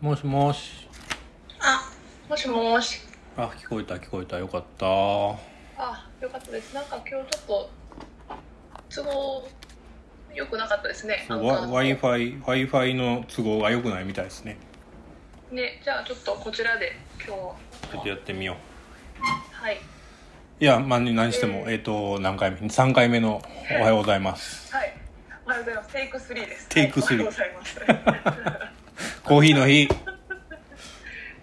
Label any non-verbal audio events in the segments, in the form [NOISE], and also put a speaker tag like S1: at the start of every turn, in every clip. S1: もしもし
S2: あ、もしもし。
S1: あ聞こえた聞こえたよかったは
S2: あ、よかったです。なんか今日ちょっと都合良くなかったですね。
S1: い
S2: アンカーの
S1: w i f i w i f i の都合が良くないみたいですね
S2: ね、じゃあちょっとこちらで今
S1: ちょっと
S2: 日は
S1: やってみよ
S2: はい。
S1: ういや、まあ、何しても
S2: うん
S1: えっ、と何回目3回目の「おはようございます
S2: はい。おはようございます。テイク3です。
S1: テイク3
S2: はいおはようございます。」
S1: コーヒーの日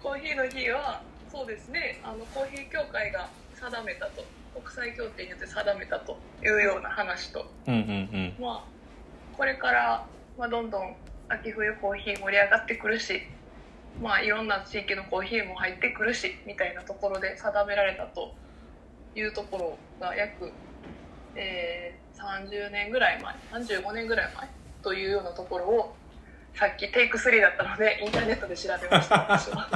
S2: コーヒーの日はそうですね。あのコーヒー協会が定めたと国際協定によって定めたというような話と
S1: うんうん
S2: まあ、これから、まあ、どんどん秋冬コーヒー盛り上がってくるし、まあ、いろんな地域のコーヒーも入ってくるしみたいなところで定められたというところが約、えー30年ぐらい前35年ぐらい前というようなところをさっきテイク3だったのでインターネットで調べました私は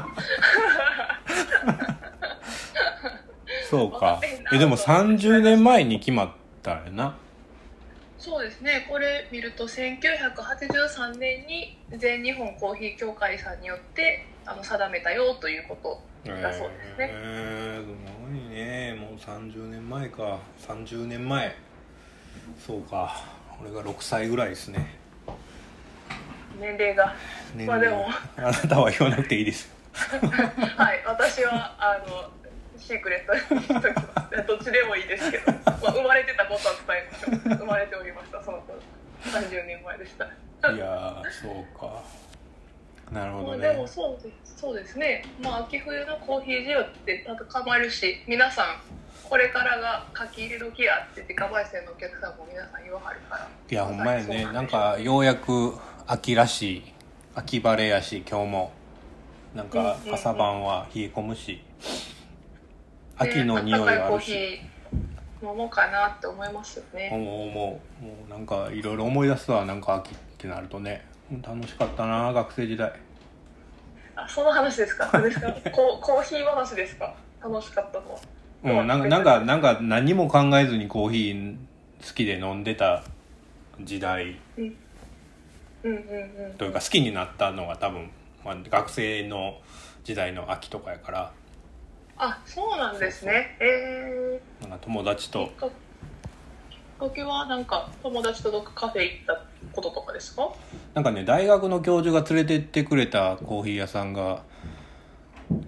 S1: うんそう
S2: わか
S1: か
S2: ってへんな
S1: えでも30年前に決まったんやな
S2: [LAUGHS] そうですねこれ見ると1983年に全日本コーヒー協会さんによってあの定めたよということだそうですね
S1: えー、すごいねもう30年前か30年前そうか俺が6歳ぐらいですね
S2: 年
S1: [LAUGHS]
S2: 齢が
S1: 年
S2: まあ
S1: 齢はあなたは言わなくていいです
S2: はい私はあのシークレットにしと
S1: [LAUGHS]
S2: きますどっちでもいいですけど、まあ、生まれてたことは伝えましょう生まれておりましたその頃30年前でした
S1: いやーそうかなるほ
S2: ま
S1: ど
S2: あ
S1: ね
S2: でもそうですそうですね、まあ、秋冬のコーヒー需要って高まるし皆さんこれからが書き入れ時やって自家焙煎のお客さんも皆さん言わはるから
S1: いやほんまやね
S2: そう
S1: なん
S2: でしょう
S1: かようやく秋らしい秋晴れやし今日もなんか
S2: うんうんうん
S1: 朝晩は冷え込むし
S2: ね
S1: 秋の匂い
S2: あった
S1: はあ
S2: かいコー
S1: る
S2: ヒ
S1: し
S2: ー飲もうかなって思いますよ
S1: 思
S2: ね、
S1: う思うもうなんかいろいろ思い出すわなんか秋ってなるとね楽しかったな学生時代
S2: あその話ですかですかココーヒー話ですか楽しかったのは
S1: うんなんかなんかなんか何も考えずにコーヒー好きで飲んでた時代
S2: うんうんうん
S1: というか好きになったのが多分、まあ、学生の時代の秋とかやから
S2: あそうなんですねえ
S1: なんか友達
S2: ー、
S1: と
S2: きっかきっかけはなんか友達とどっかカフェ行ったこととかですか
S1: なんかね大学の教授が連れてってくれたコーヒー屋さんが、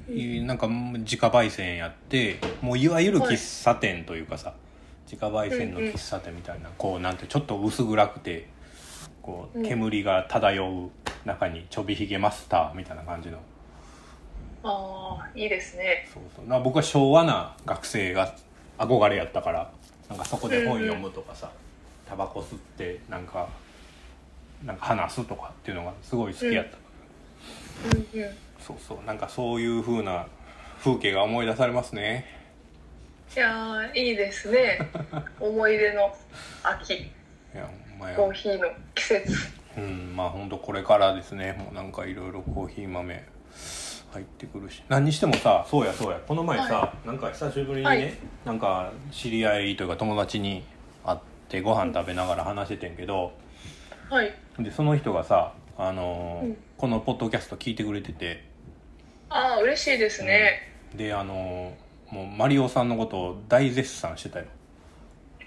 S1: いなんか自家焙煎やってもういわゆる喫茶店というかさ、自家焙煎の喫茶店みたいな、こうなんてちょっと薄暗くてこう
S2: うん
S1: 煙が漂う中にちょびひげマスターみたいな感じの
S2: ああいいですね
S1: そうそうな僕は昭和な学生が憧れやったからなんかそこで本読むとかさ、タバコ吸ってなんかなんか話すとかっていうのがすごい好きやった、
S2: うんうん
S1: そうそうなんかそういう風な風景が思い出されますね
S2: いやーいいで
S1: [LAUGHS]
S2: すね思い出の秋
S1: いやほんまや
S2: コーヒーの季節
S1: うんまあほんとこれからですねもうなんかいろいろコーヒー豆入ってくるし何にしてもさそうやそうやこの前さ、
S2: は
S1: なんか久しぶりにね、
S2: はい
S1: なんか知り合いというか友達に会ってご飯食べながら話しててんけど、
S2: はい
S1: でその人がさ、あのー
S2: うん
S1: このポッドキャスト聞いてくれてて
S2: ああ嬉しいですね、
S1: で、あのーもうマリオさんのことを大絶賛してたよ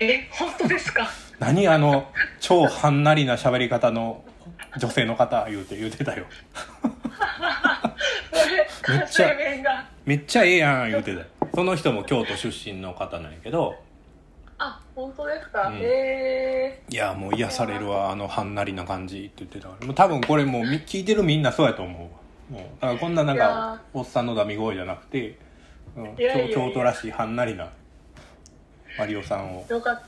S2: え本当で
S1: [LAUGHS]
S2: すか
S1: 何あ
S2: [LAUGHS]
S1: の超はんなりな喋り方の女性の方言うて言うてたよ
S2: これ
S1: めっ
S2: 関
S1: ちゃ
S2: 西弁が
S1: めっちゃええやん言うてたよその人も京都出身の方なんやけど
S2: あ本当ですか、
S1: うん
S2: え
S1: いやもう癒されるわあのはんなりな感じって言ってたからもう多分これもうみ聞いてるみんなそうやと思うわもうだからこんななん
S2: いや
S1: かおっさんのダミ声じゃなくて、うん、
S2: いやいやいや
S1: 京京都らしいはんなりなマリオさんを
S2: ー、よかっ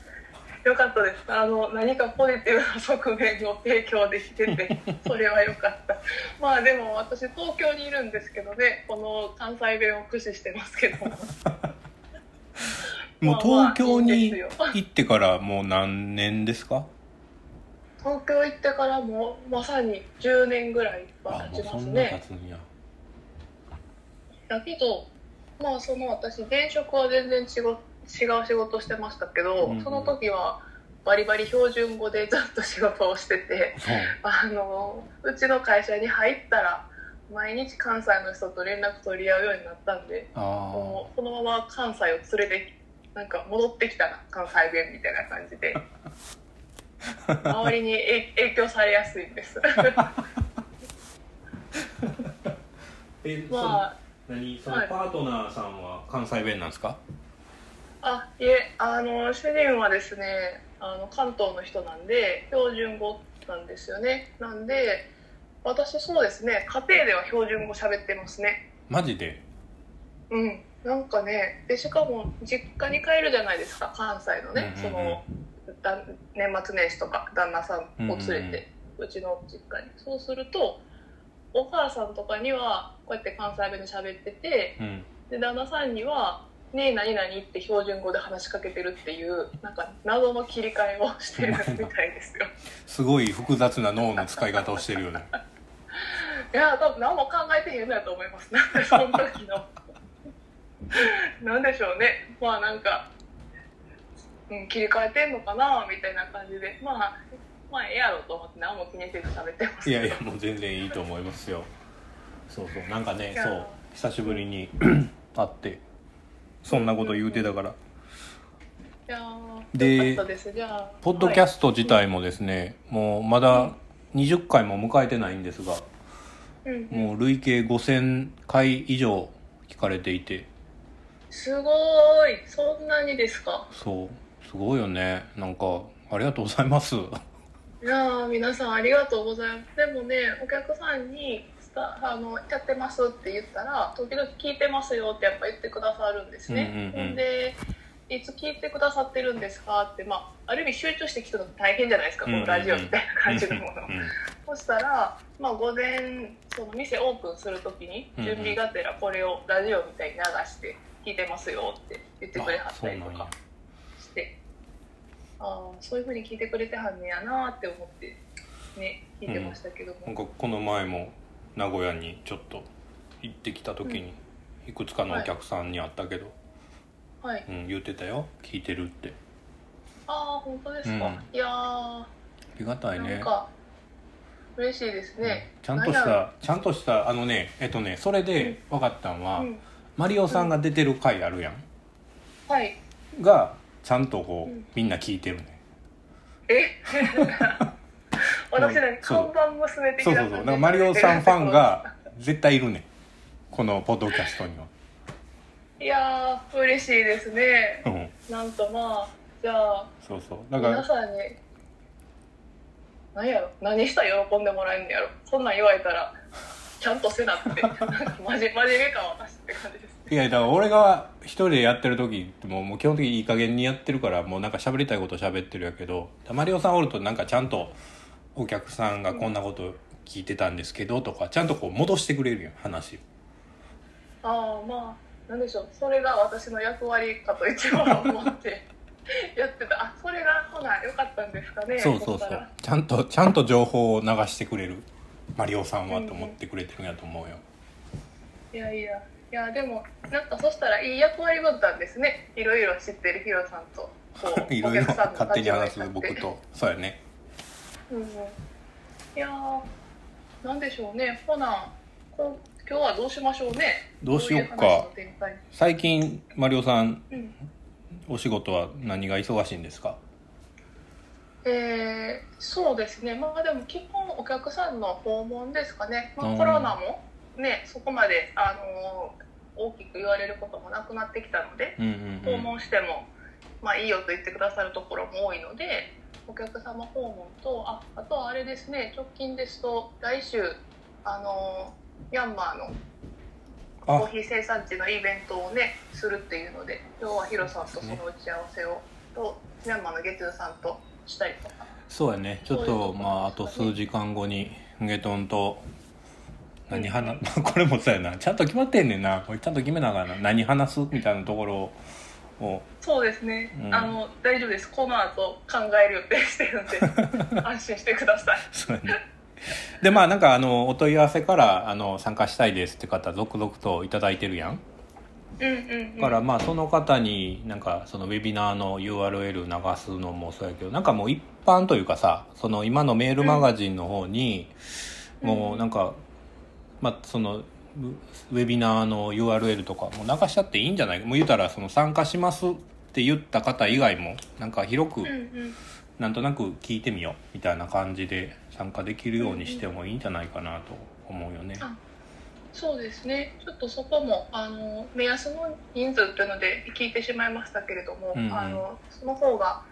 S2: たよかったですあの何かポジティブな側面を提供でき
S1: [LAUGHS]
S2: ててそれはよかったまあでも私東京にいるんですけどねこの関西弁を駆使してますけども
S1: [LAUGHS] もう東京に
S2: まあまあいいんですよ
S1: 行ってからもう何年ですか
S2: 東京行ってからもうまさに10年ぐらいは
S1: あも
S2: 経
S1: う
S2: ち
S1: そ
S2: ます
S1: んな経
S2: ね
S1: つんや
S2: だけどまあその私前職は全然違う違う仕事してましたけど、
S1: うんうん
S2: その時はバリバリ標準語でずっと仕事をしてて
S1: そう
S2: あのうちの会社に入ったら毎日関西の人と連絡取り合うようになったんで
S1: あ
S2: もうこのまま関西を連れてなんか戻ってきたな関西弁みたいな感じで周りにえ影響されやすいんです
S1: え
S2: まあ
S1: その何そ
S2: は
S1: の
S2: い
S1: パートナーさんは関西弁なんですか、
S2: あいえあの主人はですねあの関東の人なんで標準語なんですよねなんで私そうですね家庭では標準語喋ってますね
S1: マジで
S2: うんなんかねでしかも実家に帰るじゃないですか関西のね、
S1: うん
S2: そのだ年末年始とか旦那さんを連れ
S1: うんうん
S2: て、うちの実家にそうするとお母さんとかにはこうやって関西弁で喋ってて
S1: うんうん
S2: で旦那さんには「ねえ何々」って標準語で話しかけてるっていうなんか謎の切り替えをしてるみたいですよ
S1: すごい複雑な脳の使い方をしてるよね
S2: いや多分何も考えてへんのやと思いますなんでその
S1: [LAUGHS]
S2: 時のなんでしょうねまあなんか、うん、切り替えてんのかなみたいな感じでまあまあええやろと思って何も気にせず喋ってます
S1: いやいやもう全然いいと思いますよそうそうなんかね
S2: いや
S1: そう久しぶりに会ってそんなこと言うてたから
S2: いやー
S1: で
S2: よかったですじゃあ
S1: ポッドキャスト自体もですね、もうまだ20回も迎えてないんですが、
S2: はいうんうん
S1: もう累計5000回以上聞かれていて
S2: すごーいそんなにですか
S1: そうすごいよねなんかありがとうございます
S2: いやー皆さんありがとうございますでもねお客さんにスタあの「やってます」って言ったら「時々聞いてますよ」ってやっぱ言ってくださるんですね、
S1: うんうんうん
S2: ほんで「いつ聞いてくださってるんですか?」って、まあ、ある意味集中して聞くの大変じゃないですか、
S1: うんうんうん
S2: このラジオみたいな感じのもの、
S1: うん
S2: そしたら、まあ、午前その店オープンするときに
S1: うんうん
S2: 準備がてらこれをラジオみたいに流して聞いてますよって言ってくれは
S1: あ
S2: っ
S1: そ
S2: た
S1: う
S2: り
S1: な
S2: と
S1: んや
S2: かしてああそういうふうに聞いてくれてはんねやなって思ってね聞いてましたけども、
S1: なんかこの前も名古屋にちょっと行ってきた時に、いくつかのお客さんに会ったけど、
S2: はい
S1: うん、言ってたよ聞いてるって
S2: ああ本当ですか、
S1: うん
S2: いやー
S1: ありがたい
S2: なん
S1: ね
S2: か嬉しいです
S1: うん
S2: ね、
S1: ちゃんとし
S2: なんやろ
S1: たちゃんとしたあのねえっとねそれで分かったんは、
S2: うん、
S1: マリオさんが出てる回あるやん、
S2: はい
S1: がちゃんとこう、
S2: うん
S1: みんな聞いてるね
S2: え [LAUGHS] 私ね
S1: そう
S2: 看板娘的
S1: そう
S2: な
S1: そう
S2: 感
S1: そ
S2: じ
S1: うだからマリオさんファンが絶対いるねこのポッドキャストには、
S2: いやー嬉しいですね
S1: うん、
S2: なんとまあじゃあ
S1: そうそうだか
S2: 皆
S1: ら
S2: さんに何やろ何したら喜んでもらえんのやろそんなん言われたらちゃんとせな
S1: [LAUGHS]
S2: ってなんか真じ真面目感私って感じです
S1: いやだから俺が一人でやってる時ってもうもう基本的にいい加減にやってるからもうなんか喋りたいこと喋ってるやけどマリオさんおるとなんかちゃんとお客さんがこんなこと聞いてたんですけどとかちゃんとこう戻してくれるやん話を
S2: ああまあなんでしょうそれが私の役割かと一番思って [LAUGHS] やってたあそれがほな良かったんですかね
S1: そうそうそ
S2: っ
S1: うちゃんとちゃんと情報を流してくれるマリオさんはと思ってくれてるんやと思うよ、
S2: いやいやいやでもなんかそしたらいい役割分担ですねいろいろ知ってるヒロさんとこ
S1: [LAUGHS]
S2: う
S1: いろいろ
S2: お客さんの
S1: 勝手に話す
S2: 立場立って
S1: 僕とそうやね
S2: うんうん、いやーなんでしょうねほなこう今日はどうしましょうね
S1: どうしよっか
S2: どい話の展開
S1: 最近マリオさん
S2: うん
S1: お仕事は何が忙しいんですか
S2: えーそうですねまあでも基本お客さんの訪問ですかね、ま
S1: う
S2: あ、
S1: ん
S2: コロナもねそこまで、あのー大きく言われることもなくなってきたので
S1: うんうんう
S2: 訪
S1: ん
S2: 問しても、まあいいよと言ってくださるところも多いのでお客様訪問とああとはあれですね直近ですと来週あのーミャンマーのコー
S1: あ
S2: ヒー生産地のイベントをねするっていうので今日はヒロさんとその打ち合わせをとミャンマーのゲトゥさんとしたりとか
S1: そうやねちょっ
S2: そういう
S1: と
S2: ことですかね
S1: まああと数時間後にゲトンと何話、
S2: う
S1: [LAUGHS]
S2: ん
S1: これもそうやなちゃんと決まってんねんなこれちゃんと決めなあかんな何話すみたいなところを
S2: そうですね、
S1: うん
S2: あの大丈夫ですこの後考える予定してるん
S1: [LAUGHS]
S2: で安心してください
S1: そうやねでまあなんかあのお問い合わせからあの参加したいですって方続々といただいてるやん
S2: うんうん、うん、
S1: だからまあその方になんかそのウェビナーの URL 流すのもそうやけどなんかもう一般というかさその今のメールマガジンの方に
S2: うん
S1: もうなんかまあ、そのウウェビナーの URL とかも流しちゃっていいんじゃないもう言うたらその参加しますって言った方以外もなんか広く
S2: うんうん
S1: なんとなく聞いてみようみたいな感じで参加できるようにしてもいいんじゃないかなと思うよね。
S2: あそうですねちょっとそこもあの目安の人数というので聞いてしまいましたけれども、
S1: うんうん
S2: あのその方が、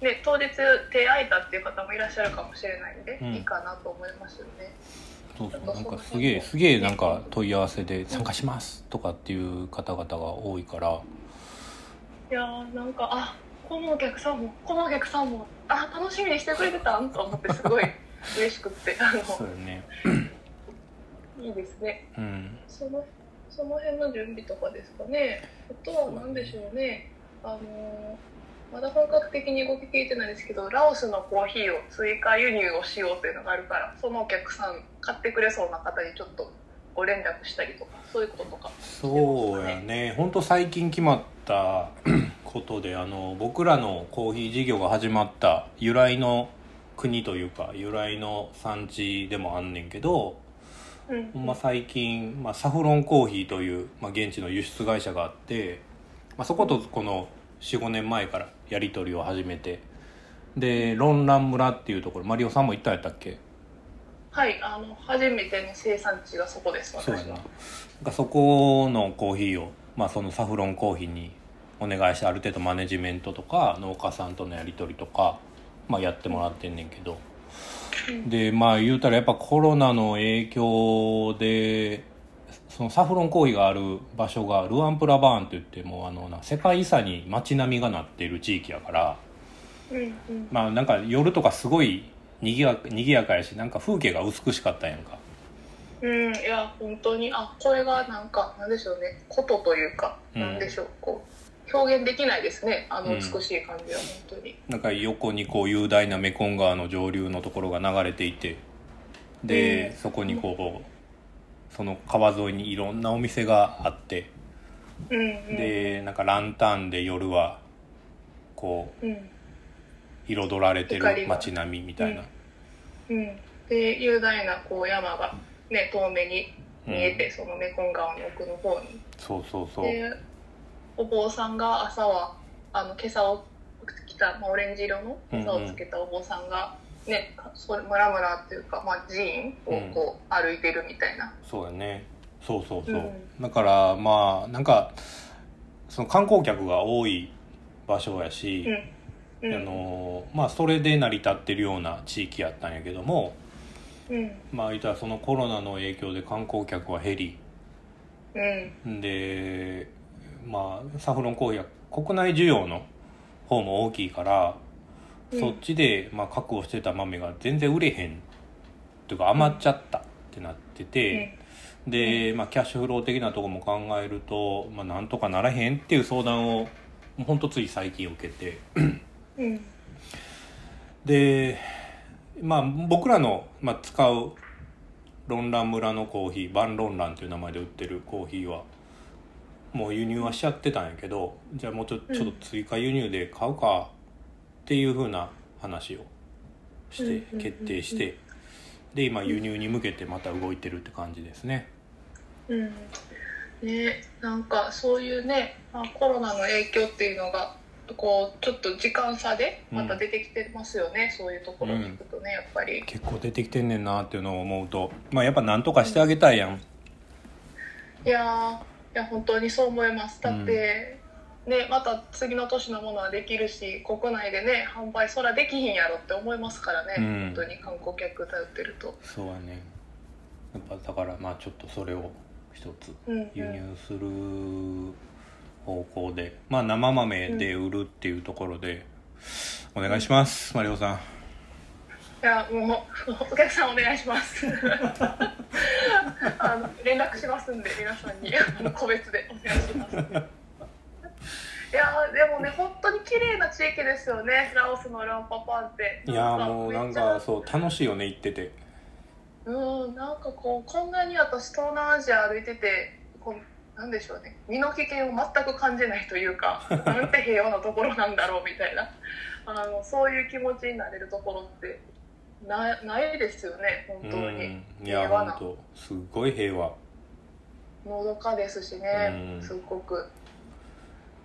S2: ね、当日手空いたっていう方もいらっしゃるかもしれないんで、
S1: うん
S2: いいかなと思いますよね。
S1: そうそう
S2: ちょ
S1: な
S2: っと
S1: んかす
S2: その
S1: げえ
S2: 辺も
S1: すげえなんか問い合わせで参加しますとかっていう方々が多いから
S2: いやーなんかあこのお客さんもこのお客さんもあ楽しみにしてくれてたんと思ってす
S1: [LAUGHS]
S2: ごい嬉しくってあ
S1: そう
S2: の
S1: よね。
S2: いいですね
S1: うん
S2: そのその辺の準備とかですかねあとは何でしょうねあのーまだ本格的に動き聞いてないですけどラオスのコーヒーを追加輸入をしようというのがあるからそのお客さん買ってくれそうな方にちょっとご連絡したりとかそういうこととか
S1: そうやねほんと最近決まった [CLEARS THROAT] ことであの僕らのコーヒー事業が始まった由来の国というか由来の産地でもあんねんけど、
S2: うん
S1: ほんま最近、まあ、サフロンコーヒーという、まあ、現地の輸出会社があって、まあ、そことこの45年前からやり取りを始めてでロンラン村っていうところマリオさんも行ったんやったっけ
S2: はいあの初めての生産地がそこです
S1: そうや
S2: 私
S1: な
S2: は
S1: なんかそこのコーヒーを、まあ、そのサフロンコーヒーにお願いしてある程度マネジメントとか農家さんとのやり取りとか、まあ、やってもらってんねんけど
S2: うん
S1: でまあ言うたらやっぱコロナの影響でそのサフロンコーヒーがある場所がルアンプラバーンといってもうあのな世界遺産に街並みがなっている地域やから。
S2: うんうん
S1: まあなんか夜とかすごいにぎやにぎやかやしなんか風景が美しかったやんか
S2: うん、いや本当にあこれがなんかなんでしょうねことというか、
S1: うん
S2: なんでしょうこう表現できないですねあの
S1: うん
S2: 美しい感じは本当に、
S1: なんか横にこう雄大なメコン川の上流のところが流れていてで、
S2: うん
S1: そこにこうその川沿いにいろんなお店があって
S2: うんうん、
S1: でなんかランタンで夜はこう
S2: うん
S1: 彩られて
S2: 光
S1: る
S2: が
S1: 街並みみたいな、
S2: うん、で雄大なこう山がね遠目に見えて、
S1: う
S2: そのメコン川の奥の方に
S1: そうそうそう、
S2: でお坊さんが朝はあの今朝を着た、まあ、オレンジ色の今朝をつけたお坊さんが、ねかそれ村々っていうか、まあ、寺院をこう歩いてるみたいな、
S1: そうやねそうそうそう、
S2: うん
S1: だからまあなんかその観光客が多い場所やし、
S2: うんうん、
S1: あのまあ、それで成り立ってるような地域やったんやけども、
S2: うん
S1: まあ、言ったらそのコロナの影響で観光客は減り
S2: うん
S1: で、まあ、サフロンコーヒーは国内需要の方も大きいから、
S2: うん
S1: そっちで、まあ、確保してた豆が全然売れへんというか余っちゃったってなってて、で、まあ、キャッシュフロー的なとこも考えると、まあ、なんとかならへんっていう相談をほんとつい最近受けて。
S2: うん
S1: でまあ僕らの、まあ、使うロンラン村のコーヒーバンロンランという名前で売ってるコーヒーはもう輸入はしちゃってたんやけどじゃあもうちょ
S2: うん
S1: ちょっと追加輸入で買うかっていうふうな話をして
S2: うん
S1: 決定してで今輸入に向けてまた動いてるって感じですね。
S2: うんねなんかそういうね、まあ、コロナの影響っていうのがこうちょっと時間差でまた出てきてますよね、そういうところに行くとねやっぱり
S1: 結構出てきてんねんなっていうのを思うとまあやっぱなんとかしてあげたいやん。
S2: いやーいや本当にそう思いますだって、ねまた次の年のものはできるし国内でね販売そらできひんやろって思いますからね、
S1: うん
S2: 本当に観光客頼ってると。
S1: そうやねやっぱだからまあちょっとそれを一つ
S2: うんうん
S1: 輸入する方向で、まあ生豆で売るっていうところで、お願いします、マリオさん
S2: いやもうお客さんお願いします
S1: [LAUGHS]
S2: あの連絡しますんで皆さんにあの個別でお願いしますいやーでもね本当に綺麗な地域ですよねラオスのランパパンって
S1: いやーもうなん
S2: め
S1: か
S2: っち
S1: そう楽しいよね行ってて
S2: ゃうんなんかこうこんなに私東南アジア歩いててこうなんでしょうね身の危険を全く感じないとい
S1: [LAUGHS]
S2: うかなんて平和なところなんだろうみたいなあのそういう気持ちになれるところってなないですよね本当に、
S1: うん、いや
S2: 平和な
S1: 本当すごい平和
S2: のどかですしね、
S1: うん
S2: すっごく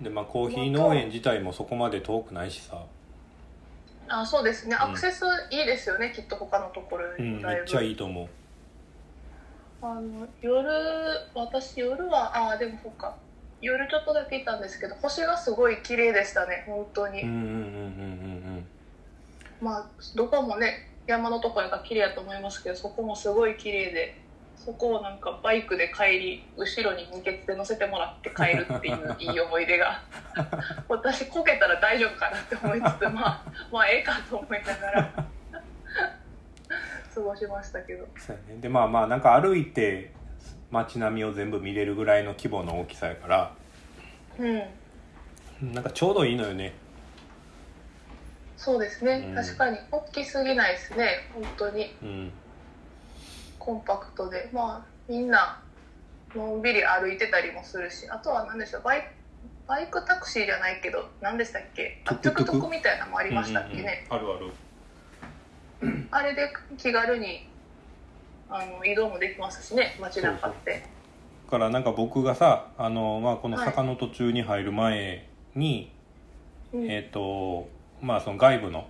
S1: でまあコーヒー農園自体もそこまで遠くないしさ、
S2: あそうですね
S1: うん
S2: アクセスいいですよね、きっと他のところよ
S1: う
S2: り
S1: ん、
S2: だ
S1: め
S2: い
S1: っ
S2: ぶ、
S1: ちゃいいと思う
S2: あの夜私夜はあーでもそっか夜ちょっとだけいたんですけど星がすごい綺麗でしたね本当に、
S1: うんうんうんうん
S2: まあどこもね山のところが綺麗だと思いますけどそこもすごい綺麗でそこをなんかバイクで帰り後ろに二ケツで乗せてもらって帰るってい
S1: [LAUGHS]
S2: ういい思い出が私こけたら大丈夫かなって思いつつまあまあええかと思いな
S1: [LAUGHS]
S2: がら過ごしましたけど
S1: そうやねでまあまあなんか歩いて街並みを全部見れるぐらいの規模の大きさやから
S2: うん
S1: なんかちょうどいいのよね
S2: そうですね、
S1: うん
S2: 確かに大きすぎないですね本当に
S1: うん
S2: コンパクトでまあみんなのんびり歩いてたりもするしあとは何でしょうバイバイクタクシーじゃないけど何でしたっけあ
S1: トゥクトゥク
S2: トゥクトゥクみたいなのもありましたっけね、
S1: うんうんうんあるある
S2: あれで気軽にあの移動もできますしね街中って
S1: だからなんか僕がさあの、まあ、この坂の途中に入る前に、
S2: うん
S1: えっ、とまあその外部の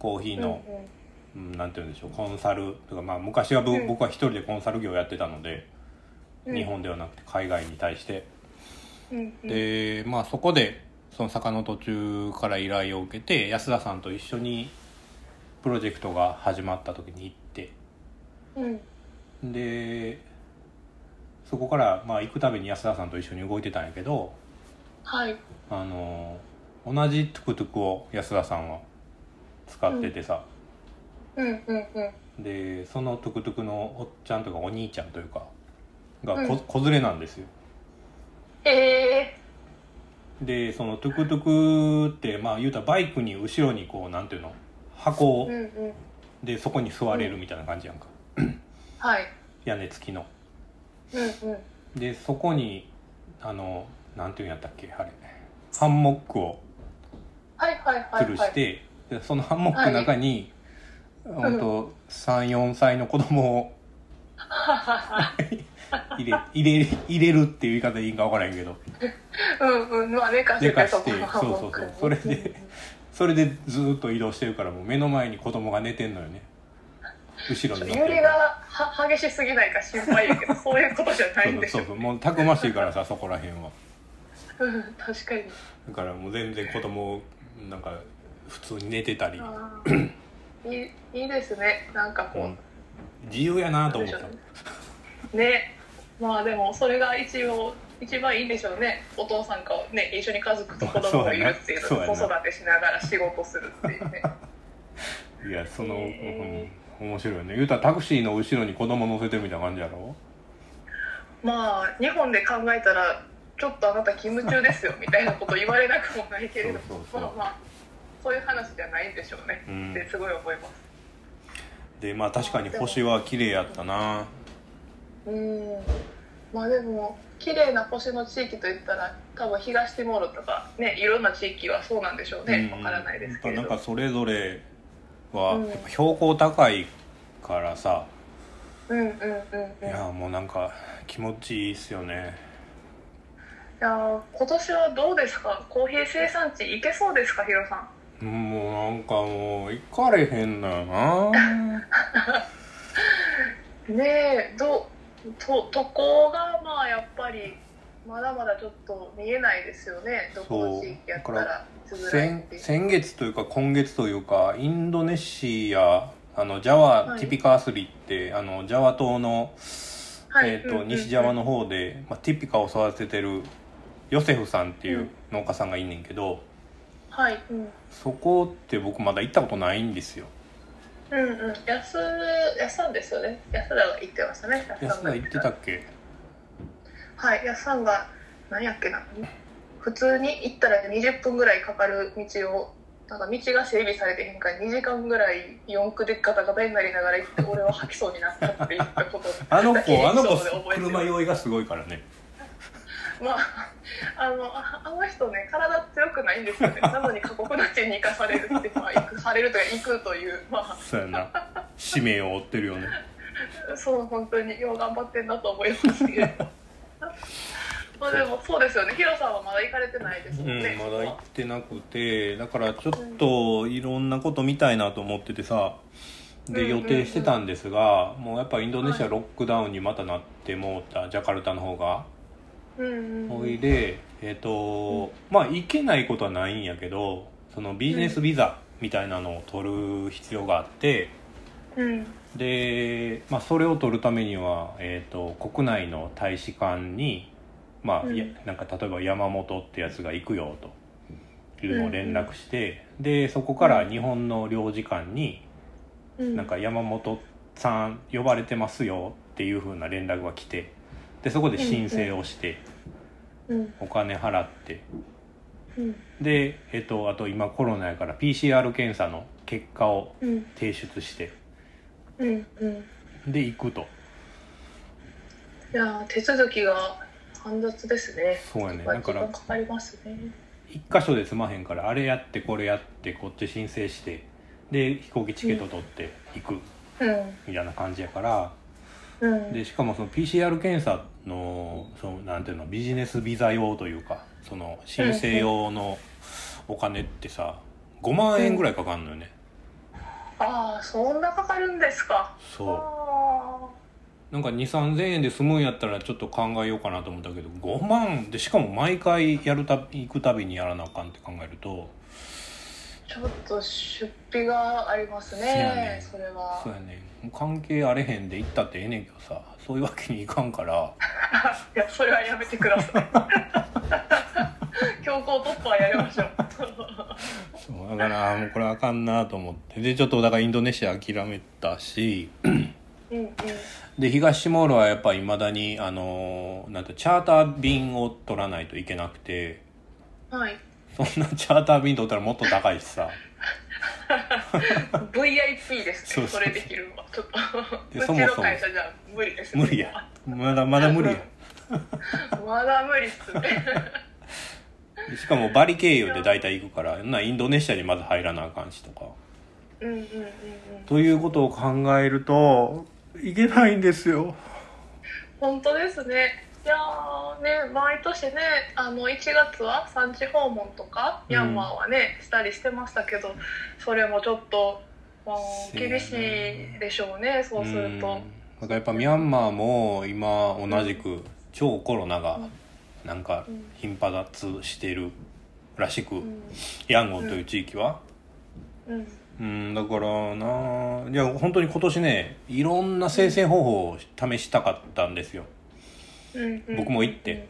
S1: コーヒー
S2: うんう
S1: の、
S2: ん
S1: うんなんて言うんでしょうコンサルとか、まあ、昔はぶ、
S2: うん
S1: 僕は一人でコンサル業やってたので、
S2: うん
S1: 日本ではなくて海外に対して、
S2: うんうん
S1: でまあそこでその坂の途中から依頼を受けて安田さんと一緒にプロジェクトが始まった時に行って
S2: うん
S1: でそこからまあ行くたびに安田さんと一緒に動いてたんやけど
S2: はい
S1: あの同じトゥクトゥクを安田さんは使っててさ、
S2: うんうんうん
S1: でそのトゥクトゥクのおっちゃんとかお兄ちゃんというかが
S2: う
S1: こ
S2: ん
S1: 子、連れなんですよ
S2: ええ
S1: でそのトゥクトゥクってまあ言うたらバイクに後ろにこうなんていうの箱を
S2: うんうん
S1: でそこに座れるみたいな感じやんか
S2: はい
S1: 屋根付きの
S2: うんうん
S1: でそこにあのなんていうんやったっけあれハンモックを
S2: はいはいは
S1: 吊
S2: い
S1: る
S2: は
S1: し
S2: い
S1: て、でそのハンモックの中に、ほんと34歳の子供を入れ入れ入れるっていう言い方でいいんか分からへんけど
S2: [LAUGHS] うんうんまあ寝かせ
S1: 寝か
S2: て
S1: して
S2: この
S1: そうそうそう
S2: ハンモックに
S1: それでそれでずっと移動してるからもう目の前に子供が寝てんのよね後ろに乗って
S2: 揺れがは激しすぎないか心配やけどそういうことじゃないんでし
S1: そ
S2: ょ
S1: うそうそうもうたくましいからさそこら辺は
S2: うん確かに
S1: だからもう全然子供なんか普通に寝てたり、
S2: あーいいいいですねなんか
S1: う
S2: こ
S1: ん自由やなと思っ
S2: な
S1: た
S2: んでうねまあでもそれが一応一番いいんでしょうねお父さんがね一緒に家族と子供がいるっていう
S1: そう
S2: の
S1: や
S2: で
S1: なそ
S2: 子
S1: うや
S2: 育てしながら仕事するっていうね
S1: いやその、
S2: へ
S1: うん面白いよね言うたらタクシーの後ろに子供乗せてるみたいな感じやろ
S2: まあ日本で考えたらちょっとあなた勤務中ですよみたいなこと言われなくもないけれど
S1: そうそうそう
S2: まあまあそういう話じゃないんでしょうね、
S1: うん
S2: ってすごい思います
S1: でまあ確かに星は綺麗やったな
S2: うんまあでも綺麗な星の地域といったら多分東ティモールとかねいろんな地域はそうなんでしょうね
S1: うん
S2: わからないですけれ
S1: や
S2: ど
S1: っぱなんかそれぞれは、
S2: うん
S1: やっぱ標高高いからさ
S2: うんうんうん
S1: い
S2: うんい
S1: や
S2: や
S1: もうなんか気持ちいいっすよね
S2: ー今年はどうですかコーヒー生産地行けそうですかヒロさん
S1: もうなんかもう行かれへんのよ
S2: [LAUGHS]
S1: な
S2: ねえどうと渡航がまあやっぱりまだまだちょっと見えないですよねどこの地域やった
S1: そうだ
S2: らしづらいっ
S1: 先
S2: ていう
S1: 先月というか今月というかインドネシアあのジャワ、
S2: はい
S1: ティピカアスリってあのジャワ島の、
S2: はい
S1: えーと
S2: うんうんうん
S1: 西ジャワの方で、まあ、ティピカを育ててるヨセフさんっていううん農家さんがいんねんけど、
S2: はい、うん
S1: そこって僕まだ行ったことないんですよ
S2: うんうん、安安さんですよね。安田が言ってましたね。
S1: 安田行ってたっけ
S2: はい、やさんが何やっけな普通に行ったら20分ぐらいかかる道をなんか道が整備されてへんから2時間ぐらい四駆でガタガタになりながら行って俺は吐 [LAUGHS] きそうになったって言ったこと
S1: あの
S2: だけ
S1: 子あの子
S2: そうで覚えてる
S1: 車酔いがすごいからね
S2: まああのああの人ね体強くないんですよねなのに過酷な地に行かされるって、まあ、行くされるというか行くというま
S1: そうやな使命を負ってるよね
S2: あそう本当によう頑張ってんだと思いますけれ
S1: [LAUGHS]
S2: どまあでもそうですよねヒロさんはまだ行かれてないです
S1: う
S2: もん
S1: ん
S2: ね、
S1: まだ行ってなくてだからちょっといろんなこと見たいなと思っててさ
S2: う
S1: で
S2: んうん
S1: 予
S2: うん
S1: 定してたんですがもうやっぱインドネシアロックダウンにまたなってもうたジャカルタの方が
S2: うんうん
S1: ほ
S2: う
S1: い
S2: ん
S1: でえっ、とまあ行けないことはないんやけどそのビジネスビザみたいなのを取る必要があって
S2: うん
S1: で、まあ、それを取るためには、えー、と国内の大使館に、まあ
S2: うん
S1: いやなんか例えば山本ってやつが行くよというのを連絡して、でそこから日本の領事館に、
S2: うん
S1: なんか山本さん呼ばれてますよっていう風な連絡が来てでそこで申請をして、
S2: うん
S1: お金払って
S2: うん
S1: で、えー、とあと今コロナやから PCR 検査の結果を
S2: うん
S1: 提出して
S2: うんうん
S1: で行くと。
S2: いやー手続きが煩雑ですね
S1: そうやね
S2: まあ
S1: だから
S2: 時間かかりますね
S1: 一箇所で済まへんからあれやってこれやってこっち申請してで飛行機チケット取って行く
S2: うん
S1: みたいな感じやから、
S2: うん
S1: でしかもその PCR 検査のそのなんていうのビジネスビザ用というかその申請用のお金ってさ5万円ぐらいかかんのよね、
S2: ああそんなかかるんですか
S1: そ
S2: あ
S1: うなんか2 3 0 0 0円で済むんやったらちょっと考えようかなと思ったけど5万でしかも毎回やるた行くたびにやらなあかんって考えると
S2: ーちょっと出費がありますね
S1: そうやね
S2: それは
S1: そうやね関係あれへんで行ったってええねんけどさそういうわけにいかんから
S2: いやそれはやめてくださ [LAUGHS] い強行突破はやりましょう
S1: そうだからもうこれあかんなと思ってでちょっとだからインドネシア諦めたし
S2: うんうん
S1: で東シモールはやっぱいまだにあのなんてチャーター便を取らないといけなくて
S2: はい
S1: そんなチャーター便取ったらもっと高いしさ
S2: VIP です
S1: そう
S2: ね
S1: そう
S2: それできるのはちょっと
S1: で
S2: うち
S1: そも
S2: の
S1: そも
S2: 会社じゃ無理ですね
S1: 無理やまだまだ無理や
S2: まだ無理っすね
S1: でしかもバリ経由で大体行くからなんなインドネシアにまず入らなあかんしとか
S2: うんうんうんうん
S1: ということを考えるといけないんですよ
S2: 本当ですねいやーね毎年ねあの1月は産地訪問とか
S1: うん
S2: ミャンマーはね、したりしてましたけどそれもちょっと、まあ、
S1: せやな
S2: 厳しいでしょうねそうすると
S1: ん、なんかやっぱミャンマーも今同じく超コロナがなんか
S2: うん
S1: 頻発してるらしく、
S2: うん
S1: ヤンゴンという地域は。
S2: うん
S1: うん、だからなあいや本当に今年ねいろんな生成方法を試したかったんですよ
S2: うんうん、
S1: 僕も行って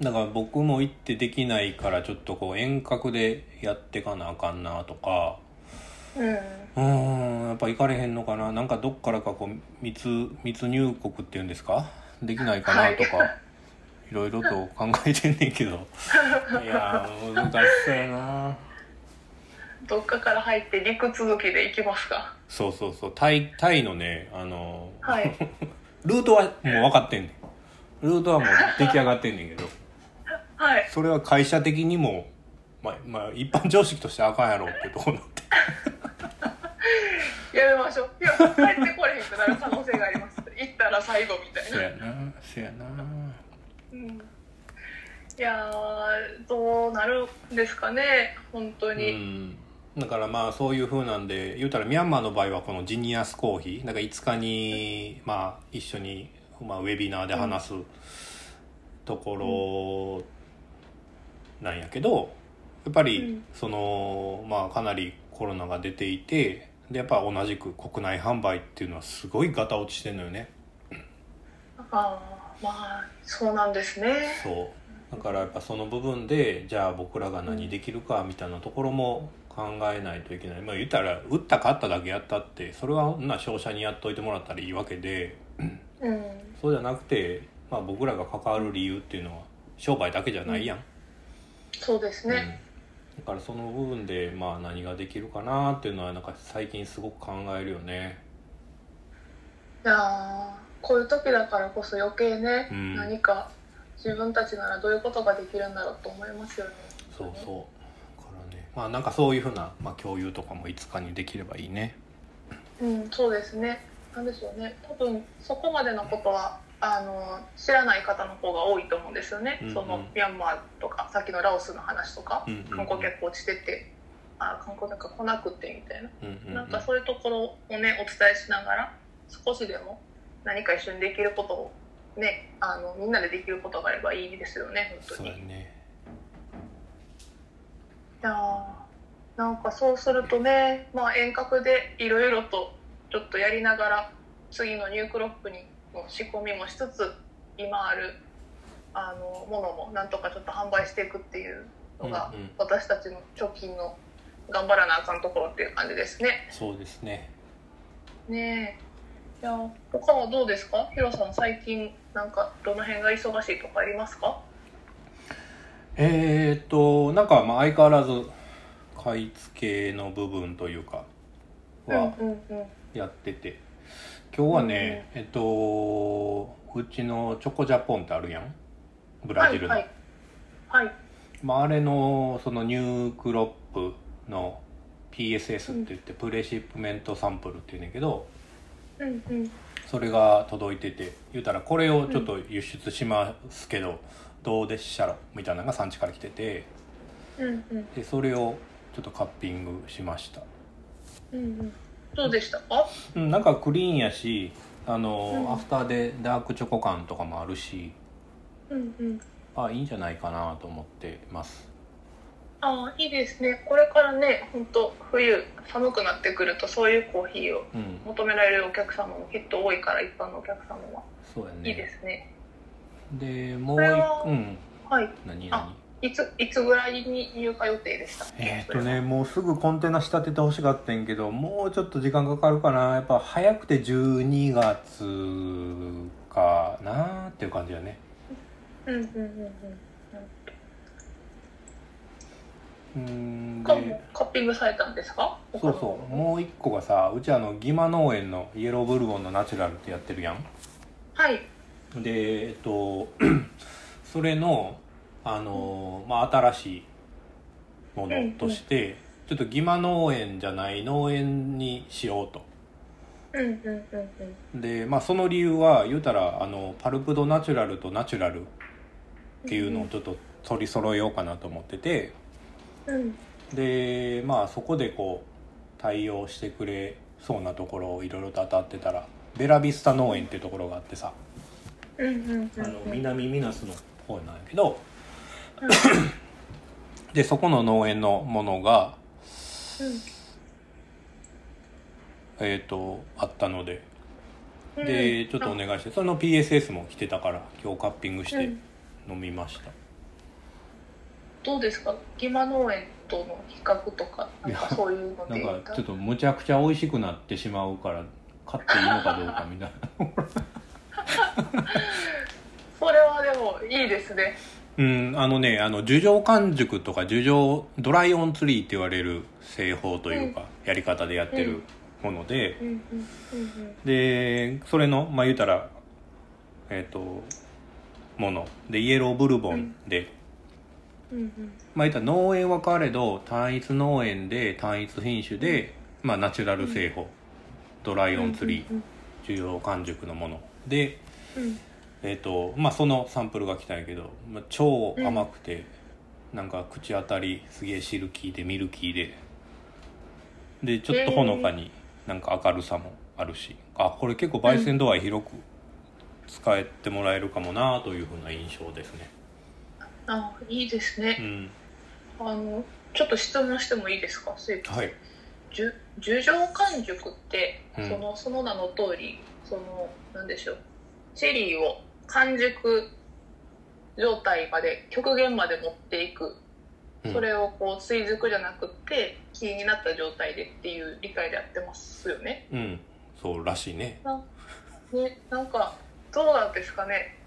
S1: だから僕も行ってできないからちょっとこう遠隔でやってかなあかんなとか
S2: うん
S1: うーんやっぱ行かれへんのかななんかどっからかこう密密入国っていうんですかできないかなとか、、
S2: はい
S1: ろいろと考えてんねん
S2: [LAUGHS]
S1: けどいやー難しそうやな
S2: どっかから入って陸続きで行きますか
S1: そうそうそうタイタイのねあの
S2: はい
S1: [LAUGHS] ルートはもう分かってんねんルートはもう出来上がってんねんけど
S2: はい
S1: それは会社的にもまあ、まあ、一般常識としてあかんやろっていうところになって
S2: やめましょういや帰ってこれへんくなる可能性があります行ったら最後みたいな
S1: そやな
S2: [LAUGHS]
S1: そやな
S2: うんいやーどうなるんですかね本当
S1: う
S2: に、
S1: んだからまあそういう風なんで言うたらミャンマーの場合はこのジニアスコーヒーだから5日にまあ一緒に、まあ、ウェビナーで話すところなんやけどやっぱ
S2: う
S1: り
S2: ん
S1: そのまあかなりコロナが出ていてでやっぱ同じく国内販売っていうのはすごいガタ落ちしてんのよね。
S2: ああまあそうなんですね
S1: そうだからやっぱその部分でじゃあ僕らが何できるかみたいなところも考えないといけないまあ言ったら打った勝っただけやったってそれはそんな商社にやっといてもらったらいいわけで
S2: うん
S1: そうじゃなくて、まあ、僕らが関わる理由っていうのは商売だけじゃないやん、
S2: そうですね、
S1: うんだからその部分でまあ何ができるかなっていうのはなんか最近すごく考えるよね
S2: いやーこういう時だからこそ余計ね、
S1: うん
S2: 何か自分たちならどういうことができるんだろうと思いますよね
S1: そうそうだからねまあなんかそういうふうな、まあ、共有とかもいつかにできればいいね
S2: うん、そうですね。なんでしょうね。多分そこまでのことはあの知らない方の方が多いと思うんですよね。
S1: うんうん
S2: そのミャンマーとかさっきのラオスの話とか、
S1: うんうんうん
S2: 観光客落ちてて、あ観光客来なくてみたいな、
S1: うんうん、うん、
S2: なんかそういうところをねお伝えしながら少しでも何か一緒にできることをねあのみんなでできることがあればいいですよね本当
S1: そう
S2: に。
S1: やね
S2: いやーなんかそうするとね、まあ、遠隔でいろいろとちょっとやりながら次のニュークロップにの仕込みもしつつ今あるあのものもなんとかちょっと販売していくっていうのが、
S1: うんうん
S2: 私たちの貯金の頑張らなあかんところっていう感じですね。
S1: そうですね
S2: ねえいやー他はどうですかヒロさん最近なんかどの辺が忙しいとかありますか
S1: えー、っとなんかまあ相変わらず買い付けの部分というかは
S2: うんうんうん
S1: やってて、今日はね、えっとうちのチョコジャポンってあるやんブラジルの、
S2: はいはい、はい
S1: まあ、あれのそのニュークロップの PSS って言って、プレシップメントサンプルっていうんだけど
S2: うんうん
S1: それが届いてて言うたらこれをちょっと輸出しますけど、どうでっしゃろみたいなのが産地から来てて
S2: うんうん
S1: でそれをちょっとカッピングしました、
S2: うんうんどうでしたか？
S1: うん、なんかクリーンやしあの、
S2: うん
S1: アフターでダークチョコ感とかもあるし
S2: うんうん。
S1: あいいんじゃないかなと思ってます
S2: ああいいですね。これからね、本当冬寒くなってくるとそういうコーヒーを
S1: うん
S2: 求められるお客様もきっと多いから一般のお客様は
S1: そうやね
S2: いいですね。
S1: でもう
S2: これ
S1: 一
S2: は
S1: うん
S2: はい。
S1: 何
S2: あ
S1: 何
S2: いついつぐらいに入荷予定でした？
S1: えっとね。もうすぐコンテナ仕立ててほしかったんやけどもうちょっと時間かかるかなやっぱ早くて12月かなっていう感じだね
S2: うんうんうんうん。
S1: うん
S2: カッ
S1: で
S2: カッピングされたんですか？
S1: そうそうもう一個がさうちあの義馬農園のイエローブルボンのナチュラルってやってるやん
S2: はい。
S1: でえっと [CLEARS THROAT] それのあの、まあ、新しいものとして、ちょっと義馬農園じゃない農園にしようと
S2: うんうんうんうん。
S1: で、まあ、その理由は言うたらあのパルプドナチュラルとナチュラルっていうのをちょっと取り揃えようかなと思ってて
S2: うん
S1: でまあそこでこう対応してくれそうなところをいろいろと当たってたらベラビスタ農園っていうところがあってさ
S2: うんうんうんうん。
S1: あの南ミナスの方なんやけど
S2: うん
S1: でそこの農園のものが、えー、とあったので
S2: うんうん
S1: でちょっとお願いしてその PSS も来てたから今日カッピングして
S2: うん
S1: 飲みました。
S2: どうですかギマ農園との比較とかなん
S1: いや
S2: かそういうの
S1: な
S2: で
S1: んかちょっとむちゃくちゃ美味しくなってしまうから買っていいのかどうかみたいな
S2: それはでもいいですね
S1: うんあのねあの樹状完熟とか樹状ドライオンツリーって言われる製法というか、やり方でやってるもので、
S2: うんうんうん
S1: でそれのまあ言うたらえっ、とものでイエローブルボンで、
S2: うんうん
S1: まあ言ったら農園は変われど単一農園で単一品種で、まあナチュラル製法、ドライオンツリー、
S2: うん
S1: 樹状完熟のもので
S2: うん
S1: えーとまあ、そのサンプルが来たんやけど、まあ、超甘くて、なんか口当たりすげえシルキーでミルキーででちょっとほのかになんか明るさもあるし、あこれ結構焙煎度合い広く使えてもらえるかもなというふうな印象ですね
S2: あいいです
S1: う
S2: ね、
S1: ん
S2: あのちょっと質問してもいいですかスイカ
S1: はい
S2: じゅ樹状完熟って、
S1: うん
S2: そのその名の通りそのなんでしょうチェリーを完熟状態まで極限まで持っていく
S1: うん
S2: それをこう追熟じゃなくって気になった状態でっていう理解でやってますよね。
S1: うんそうらしいね
S2: なねなんかどうなんですかね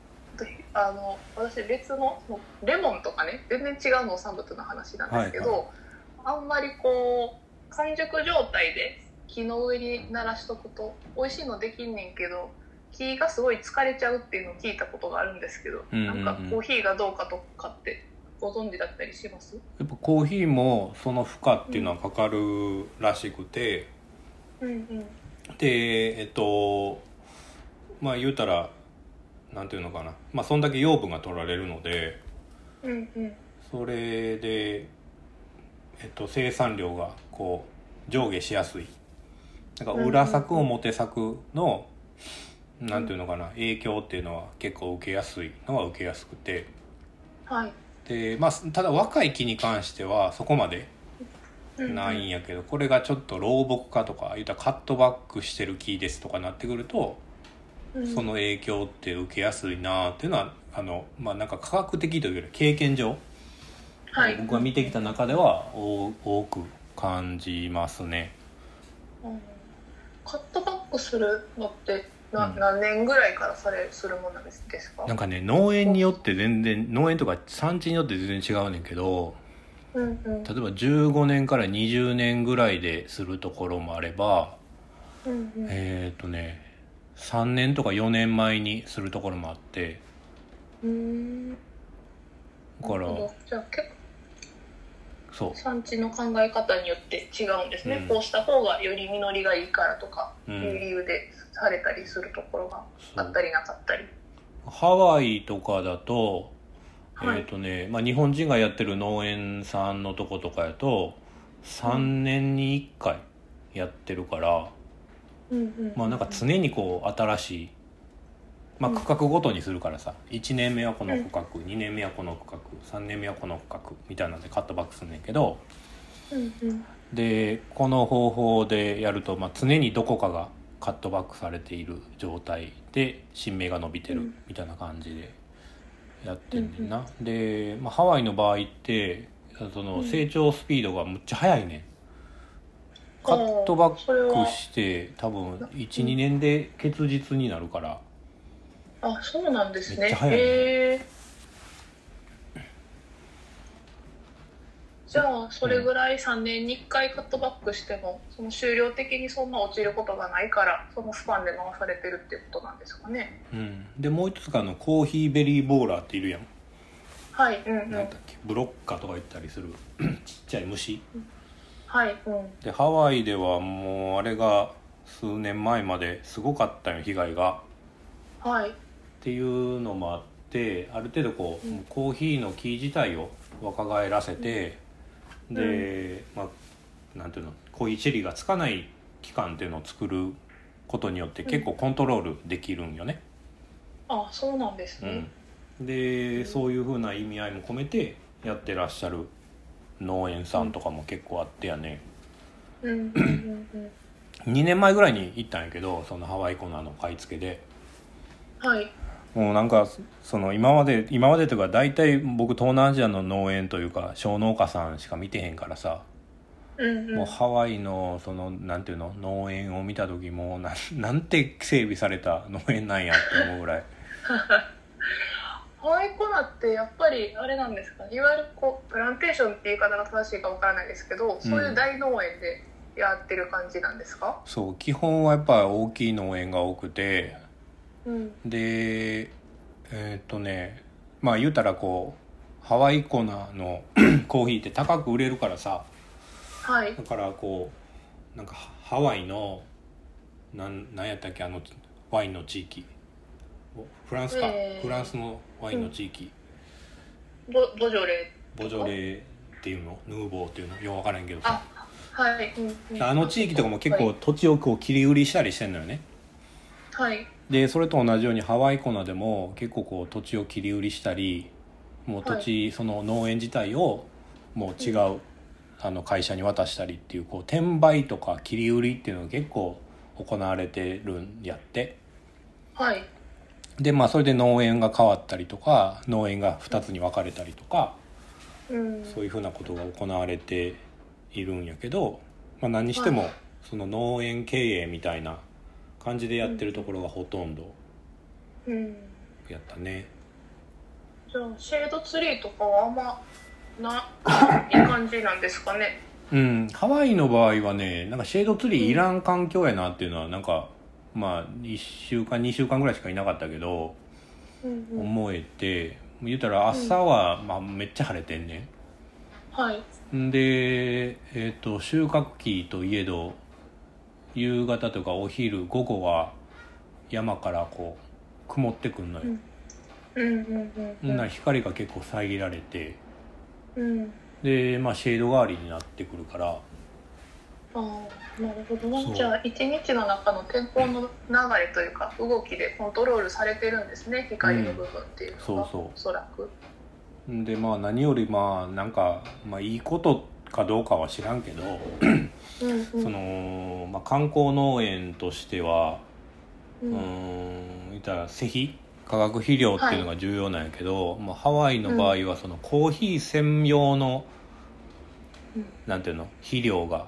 S2: あの私別のそのレモンとかね全然違うのを産物の話なんですけど、あんまりこう完熟状態で木の上に鳴らしとくと美味しいのできんねんけど気がすごい疲れちゃうっていうのを聞いたことがあるんですけど、
S1: うんうんうん
S2: なんかコーヒーがどうかとかってご存知だったりします
S1: やっぱコーヒーもその負荷っていうのはかかるらしくて、
S2: うんうん
S1: でえっとまあ言うたらなんていうのかなまあそんだけ養分が取られるので
S2: うんうん
S1: それで、えっと、生産量がこう上下しやすいなんか裏作
S2: うんうん
S1: 表作のなんていうのかな影響っていうのは結構受けやすいのは受けやすくて
S2: はい、
S1: で、まあ、ただ若い木に関してはそこまで
S2: うんうん、
S1: ないんやけどこれがちょっと老木化とか言うたらカットバックしてる木ですとかなってくると
S2: うん
S1: その影響って受けやすいなっていうのはあの、まあ、なんか科学的というより経験上
S2: はい、
S1: 僕が見てきた中ではお多く感じますね
S2: うんカットバックするのってな、
S1: うん
S2: 何年ぐらいからされするものですですか
S1: なんかね農園によって全然農園とか産地によって全然違うねんけど
S2: うんうん
S1: 例えば15年から20年ぐらいでするところもあれば
S2: うんうん
S1: えっ、とね3年とか4年前にするところもあって
S2: うーん
S1: だから
S2: なるほどじゃあ結構
S1: そ
S2: 産地の考え方によって違うんですね、
S1: うん
S2: こうした方がより実りがいいからとか
S1: う、う
S2: いう理
S1: ん、
S2: 由でされたりするところがあ
S1: そ
S2: っ
S1: う
S2: たりなかったり
S1: ハワイとかだと
S2: は
S1: え
S2: い
S1: っ、とね、まあ、日本人がやってる農園さんのとことかやと3年に1回やってるから、
S2: うんうん
S1: まあ、なんか常にこう新しい、まあ、
S2: うん
S1: 区画ごとにするからさ1年目はこの区画2年目はこの区画3年目はこの区画みたいなんでカットバックすんねんけど
S2: うんうん
S1: でこの方法でやると、まあ、常にどこかがカットバックされている状態で新芽が伸びて
S2: う
S1: る
S2: ん
S1: みたいな感じでやってんねんな、で、まあ、ハワイの場合ってその
S2: うん
S1: 成長スピードがむっちゃ速いねんカットバッ
S2: それは
S1: クして多分12年で結実になるから
S2: あそうなんです
S1: めっ
S2: ね
S1: ちゃ
S2: へ
S1: 早いね
S2: えじゃあそれぐらい3年に1回カットバックしてもその終了的にそんな落ちることがないからそのスパンで回されてるっていうことなんですかね
S1: うんでもう一つがあのコーヒーベリーボーラーっているやん
S2: はいうんうん
S1: なんだっけブロッカとか言ったりする [CLEARS THROAT] ちっちゃい虫
S2: はいうん
S1: でハワイではもうあれが数年前まですごかったよ被害が
S2: はい
S1: っていうのもあってある程度こう、
S2: うん
S1: コーヒーの木自体を若返らせて、
S2: うん
S1: で、まあなんていうのこういうチェリーがつかない期間っていうのを作ることによって結構コントロールできるんよね。
S2: あそうなんです
S1: うん
S2: ね、
S1: でそういうふうな意味合いも込めてやってらっしゃる農園さんとかも結構あってやね。
S2: うんうんうん
S1: 2年前ぐらいに行ったんやけどそのハワイコーナーの買い付けで
S2: うんはい
S1: もうなんかその今まで今までというか大体僕東南アジアの農園というか小農家さんしか見てへんからさ、
S2: うんうん
S1: もうハワイのそのなんていうの農園を見た時もうなん [LAUGHS] なんて整備された農園なんやって思うぐらい
S2: ハワイコナってやっぱりあれなんですかいわゆるこうプランテーションっていう言い方が正しいかわからないですけど、そういう大農園でやってる感じなんですか、
S1: そう基本はやっぱ大きい農園が多くて
S2: うん、
S1: でえーっとねまあ言うたらこうハワイコーナーの [COUGHS] コーヒーって高く売れるからさ
S2: はい
S1: だからこうなんかハハワイのなんなんやったっけあのワインの地域おフランスか、
S2: えー
S1: フランスのワインの地域、
S2: ボボジョレ
S1: ボジョレーっていうのヌーボーっていうのよう分からんけどさ
S2: あはい、うんうん
S1: あの地域とかも結構土地をこう切り売りしたりしてんのよね
S2: はい
S1: でそれと同じようにハワイコナでも結構こう土地を切り売りしたりもう土地、その農園自体をもう違う、あの会社に渡したりっていうこう転売とか切り売りっていうのが結構行われてるんやって
S2: はい
S1: でまあそれで農園が変わったりとか農園が2つに分かれたりとか、
S2: うん
S1: そういうふうなことが行われているんやけど、まあ、何にしても
S2: はい
S1: その農園経営みたいな感じでやってるところがほとんど
S2: うん
S1: やったね。
S2: じゃあシェードツリーとかはあんまないい感じなんですかね
S1: うん、ハワイの場合はねなんかシェードツリーいらん環境やなっていうのはなんかまあ1週間2週間ぐらいしかいなかったけど
S2: うんうん
S1: 思えて言うたら朝は、まあ、めっちゃ晴れてんね
S2: はい
S1: んで、えー、と収穫期といえど夕方とかお昼午後は山からこう曇ってくんのよ、
S2: うんうんうん
S1: ん、なら光が結構遮られて
S2: うん
S1: で、まあ、シェード代わりになってくるから
S2: ああなるほど
S1: そう
S2: なじゃあ一日の中の天候の流れというか動きでコントロールされてるんですね光の部分っていうのが、
S1: そうそ
S2: おそらく
S1: うんでまあ何よりまあなんか、まあ、いいことかどうかは知らんけど、
S2: うんうん
S1: その、まあ、観光農園としては
S2: う
S1: うんーん言ったら施肥化学肥料っていうのが重要なんやけど、まあ、ハワイの場合はそのコーヒー専用の、
S2: うん
S1: なんていうの肥料が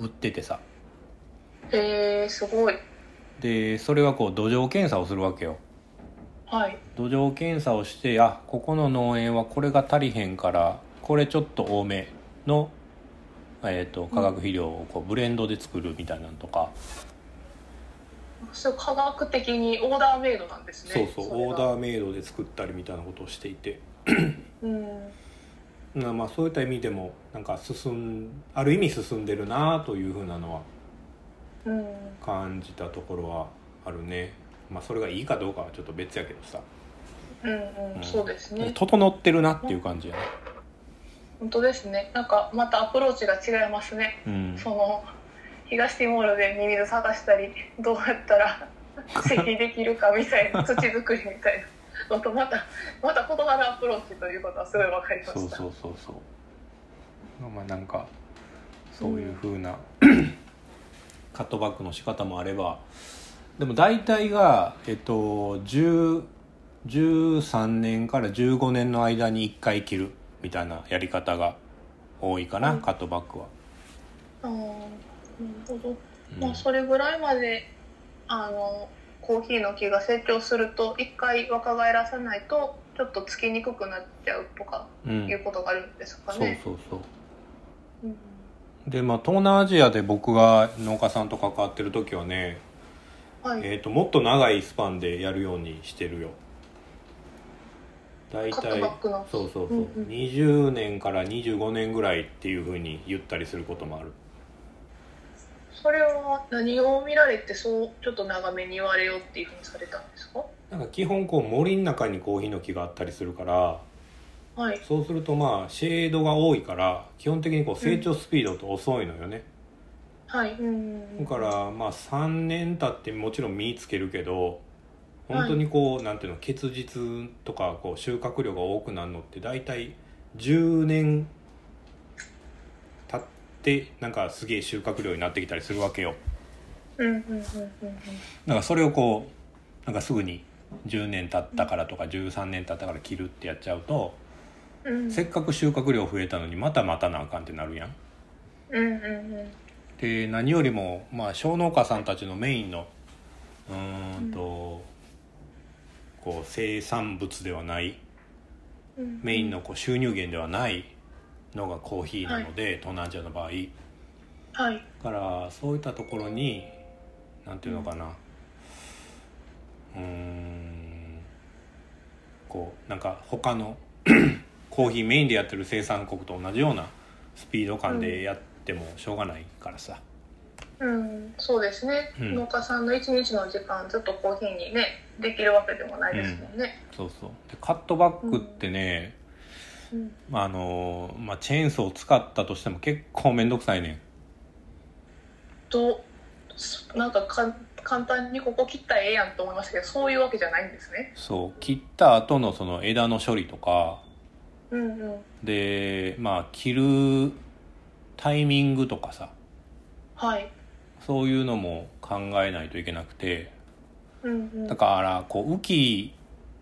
S1: 売っててさ
S2: えー、すごい
S1: でそれはこう土壌検査をするわけよ
S2: はい
S1: 土壌検査をしてあここの農園はこれが足りへんからこれちょっと多めの、えー、と化学肥料をこうブレンドで作るみたいなのとか、
S2: そう科学的にオーダーメイドなんですねー
S1: ーメイドで作ったりみたいなことをしていて
S2: うん
S1: なまあそういった意味でもなんか進んある意味進んでるなというふうなのは
S2: うん
S1: 感じたところはあるねまあそれがいいかどうかはちょっと別やけどさ、
S2: うん
S1: う
S2: うんん、そうですね
S1: 整ってるなっていう感じやね
S2: 本当ですねなんかまたアプローチが違いますね
S1: うん
S2: その東ティモールでミミズ探したりどうやった
S1: [LAUGHS]
S2: ら施肥できるかみたいな土作りみたいなのとまたまた異なるアプローチということはすごい分かりました
S1: そうそうそうそうまあなんかそういうふうな、カットバックの仕方もあればでも大体がえっと10 13年から15年の間に1回切るみたいなやり方が多いかな、
S2: うん
S1: カットバックは。
S2: あーなるほど、
S1: うん
S2: まあそれぐらいまであのコーヒーの木が成長すると一回若返らさないとちょっとつきにくくなっちゃうとか
S1: うん
S2: いうことがあるんですか
S1: そう
S2: ね。
S1: そうそう
S2: うん
S1: でまあ東南アジアで僕が農家さんと関わってる時はね、
S2: はい、
S1: えー、ともっと長いスパンでやるようにしてるよ大
S2: カット
S1: 体
S2: バックの
S1: そうそうそう、
S2: うんうん
S1: 20年から25年ぐらいっていうふうに言ったりすることもある
S2: それは何を見られてそうちょっと長めに言われようっていうふうにされたんですか
S1: なんか基本こう森の中にコーヒーの木があったりするから
S2: はい
S1: そうするとまあシェードが多いから基本的にこう成長スピードって遅いのよね、
S2: はいうん
S1: だからまあ3年経ってもちろん実つけるけど本当にこう、なんていうの結実とかこう収穫量が多くなるのって大体10年経ってなんかすげえ収穫量になってきたりするわけよ
S2: うんうんうんうん
S1: だからそれをこうなんかすぐに10年経ったからとか13年経ったから切るってやっちゃうと、
S2: うんうん
S1: せっかく収穫量増えたのにまた待たなあかんってなるやん。
S2: うんうんうん
S1: で何よりも、まあ、小農家さんたちのメインのうーんと、こう生産物ではない
S2: うん
S1: メインのこう収入源ではないのがコーヒーなので、東南アジアの場合
S2: はい
S1: だからそういったところになんていうのかなうーんこうなんか他の [CLEARS THROAT] コーヒーメインでやってる生産国と同じようなスピード感でやってもしょうがないからさ。
S2: うんそうですね、
S1: うん
S2: 農家さんの一日の時間ずっとコーヒーにねできるわけでもないですもんね、
S1: そうそうでカットバックってね、
S2: うん
S1: まああのまあ、チェーンソーを使ったとしても結構面倒くさいね
S2: とすなんかかん簡単にここ切ったらええやんと思いましたけどそういうわけじゃないんですね
S1: そう切った後のその枝の処理とか
S2: うんうん
S1: でまあ切るタイミングとかさ
S2: はい
S1: そういうのも考えないといけなくて
S2: うんうん
S1: だからこう雨季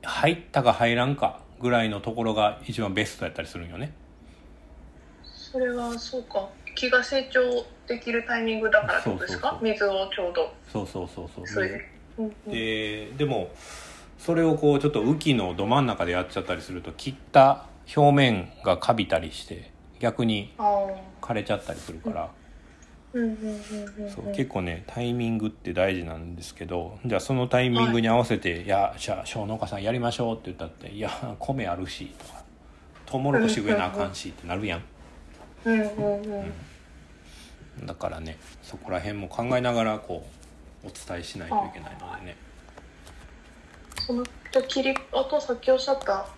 S1: 入ったか入らんかぐらいのところが一番ベストやったりするんよね
S2: それはそうか木が成長できるタイミングだからってことですか
S1: そう
S2: 水をちょうど
S1: そうそうそうそう
S2: それで、うんうん
S1: ででもそれをこうちょっと雨季のど真ん中でやっちゃったりすると切った表面がカビたりして逆に
S2: ああ
S1: 枯れちゃったりするから、
S2: ううんうんうんうん
S1: そう結構ねタイミングって大事なんですけどじゃあそのタイミングに合わせて「い、やじゃあ小農家さんやりましょう」って言ったって「いや米あるし」とか「トウモロコシ植えなあかんし」ってなるやん
S2: うんうんうん
S1: だからねそこら辺も考えながらこうお伝えしないといけないのでね
S2: そのじゃあ切りあとさっきおっしゃった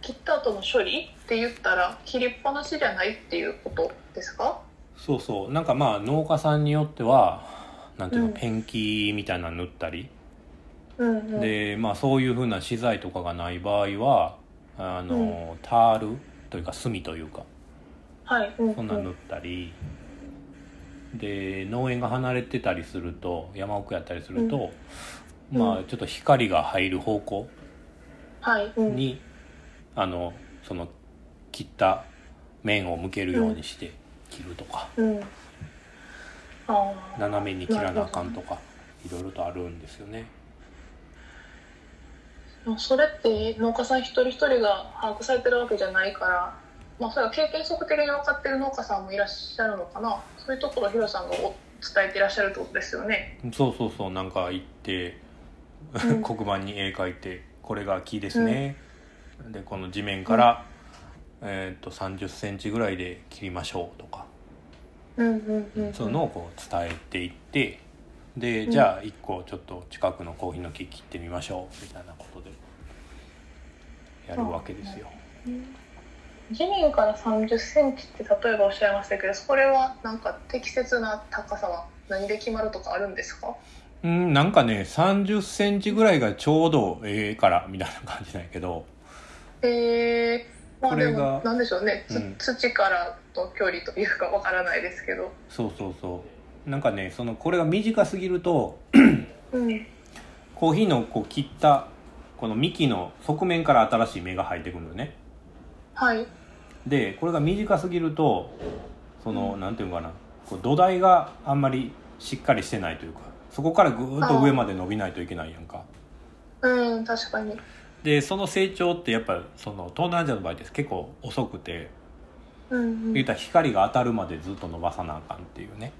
S2: 切った後の処理って言ったら切りっぱなしじゃないっていうことですか
S1: そうそうなんかまあ農家さんによってはなんていうの、
S2: うん
S1: ペンキみたいなの塗ったり
S2: うんうん
S1: でまあそういうふうな資材とかがない場合はあの、タールというか炭というか
S2: はいうんうん
S1: そんなん塗ったり、で農園が離れてたりすると山奥やったりすると、
S2: うん
S1: ま
S2: う
S1: あちょっと光が入る方向
S2: はいうん
S1: に、あのその切った面を向けるようにして切るとか、
S2: うんああ
S1: 斜めに切らなあかんとかいろいろとあるんですよね。
S2: でもそれって農家さん一人一人が把握されてるわけじゃないから、まあ、それが経験則的に分かってる農家さんもいらっしゃるのかなそういうところをヒロさんがお伝えていらっしゃるってことですよね。
S1: そうそうそうなんか行って、
S2: うん
S1: [LAUGHS] 黒板に絵描いてこれが木ですね、でこの地面から、えー、と3 0センチぐらいで切りましょうとか
S2: うんうんうんうん
S1: そういうのをこう伝えていってで
S2: うん
S1: じゃあ1個ちょっと近くのコーヒーの木切ってみましょうみたいなことでやるわけですよ。
S2: 地面から3 0センチって例えばおっしゃいましたけどそれはなんか適切な高さは何で決まるとかあるんですか
S1: うんなんかね3 0センチぐらいがちょうどええからみたいな感じなんやけど。
S2: えー、まあ
S1: こ
S2: で
S1: れが
S2: もなんでしょうね、つ
S1: うん
S2: 土からの距離というかわからないですけど。
S1: そうそうそうなんかねそのこれが短すぎると
S2: うん
S1: コーヒーのこう切ったこの幹の側面から新しい芽が生えてくるのよね
S2: はい、
S1: でこれが短すぎるとその、
S2: うん
S1: なんていうのかなこう土台があんまりしっかりしてないというかそこからぐーっと上まで伸びないといけないやんか
S2: うん、確かに。
S1: でその成長ってやっぱその東南アジアの場合です結構遅くて
S2: うん、う
S1: 言っ、
S2: ん
S1: たら光が当たるまでずっと伸ばさなあかんっていうね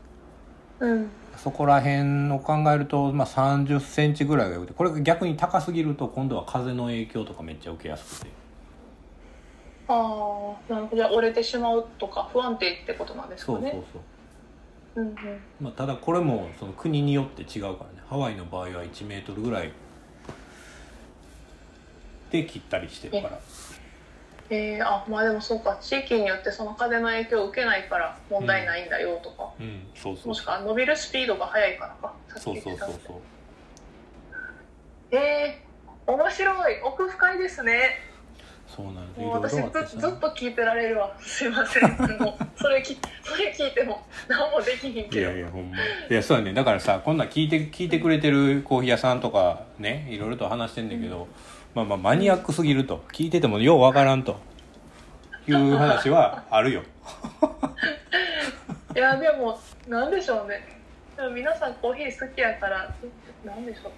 S2: うん、
S1: そこら辺を考えると、まあ、3 0センチぐらいがよくてこれが逆に高すぎると今度は風の影響とかめっちゃ受けやすくて
S2: ああ、なるほど、じゃあ折れてしまうとか、不安定ってことなんです
S1: そ
S2: か
S1: うそう
S2: ね。
S1: そう、
S2: うんうん、
S1: まあ、ただこれもその国によって違うからねハワイの場合は1メートルぐらいで切ったりしてるから
S2: えー、あ、まあ、でも、そうか、地域によって、その風の影響を受けないから、問題ないんだよとか。
S1: うんそうそう
S2: もし
S1: そ
S2: くは伸びるスピードが速いからか。さっ
S1: う
S2: き
S1: そ
S2: 言
S1: う
S2: ってた
S1: そ
S2: の
S1: うそう
S2: ええー面白い、奥深いですね。
S1: そうなんですい
S2: もう
S1: ろい
S2: 私
S1: ろあって
S2: ずず
S1: さ
S2: っと聞いてられるわ。すいません。もうそれきそれ聞いても何もできひん
S1: い
S2: けど。
S1: やいやほんまいやそうやねだからさこんなん聞いて聞いてくれてるコーヒー屋さんとかねいろいろと話してんだけど、まあまあマニアックすぎると聞いててもようわからんという話はあるよ
S2: いやでもなんでしょうねでも皆さんコーヒー好きやからなんでしょ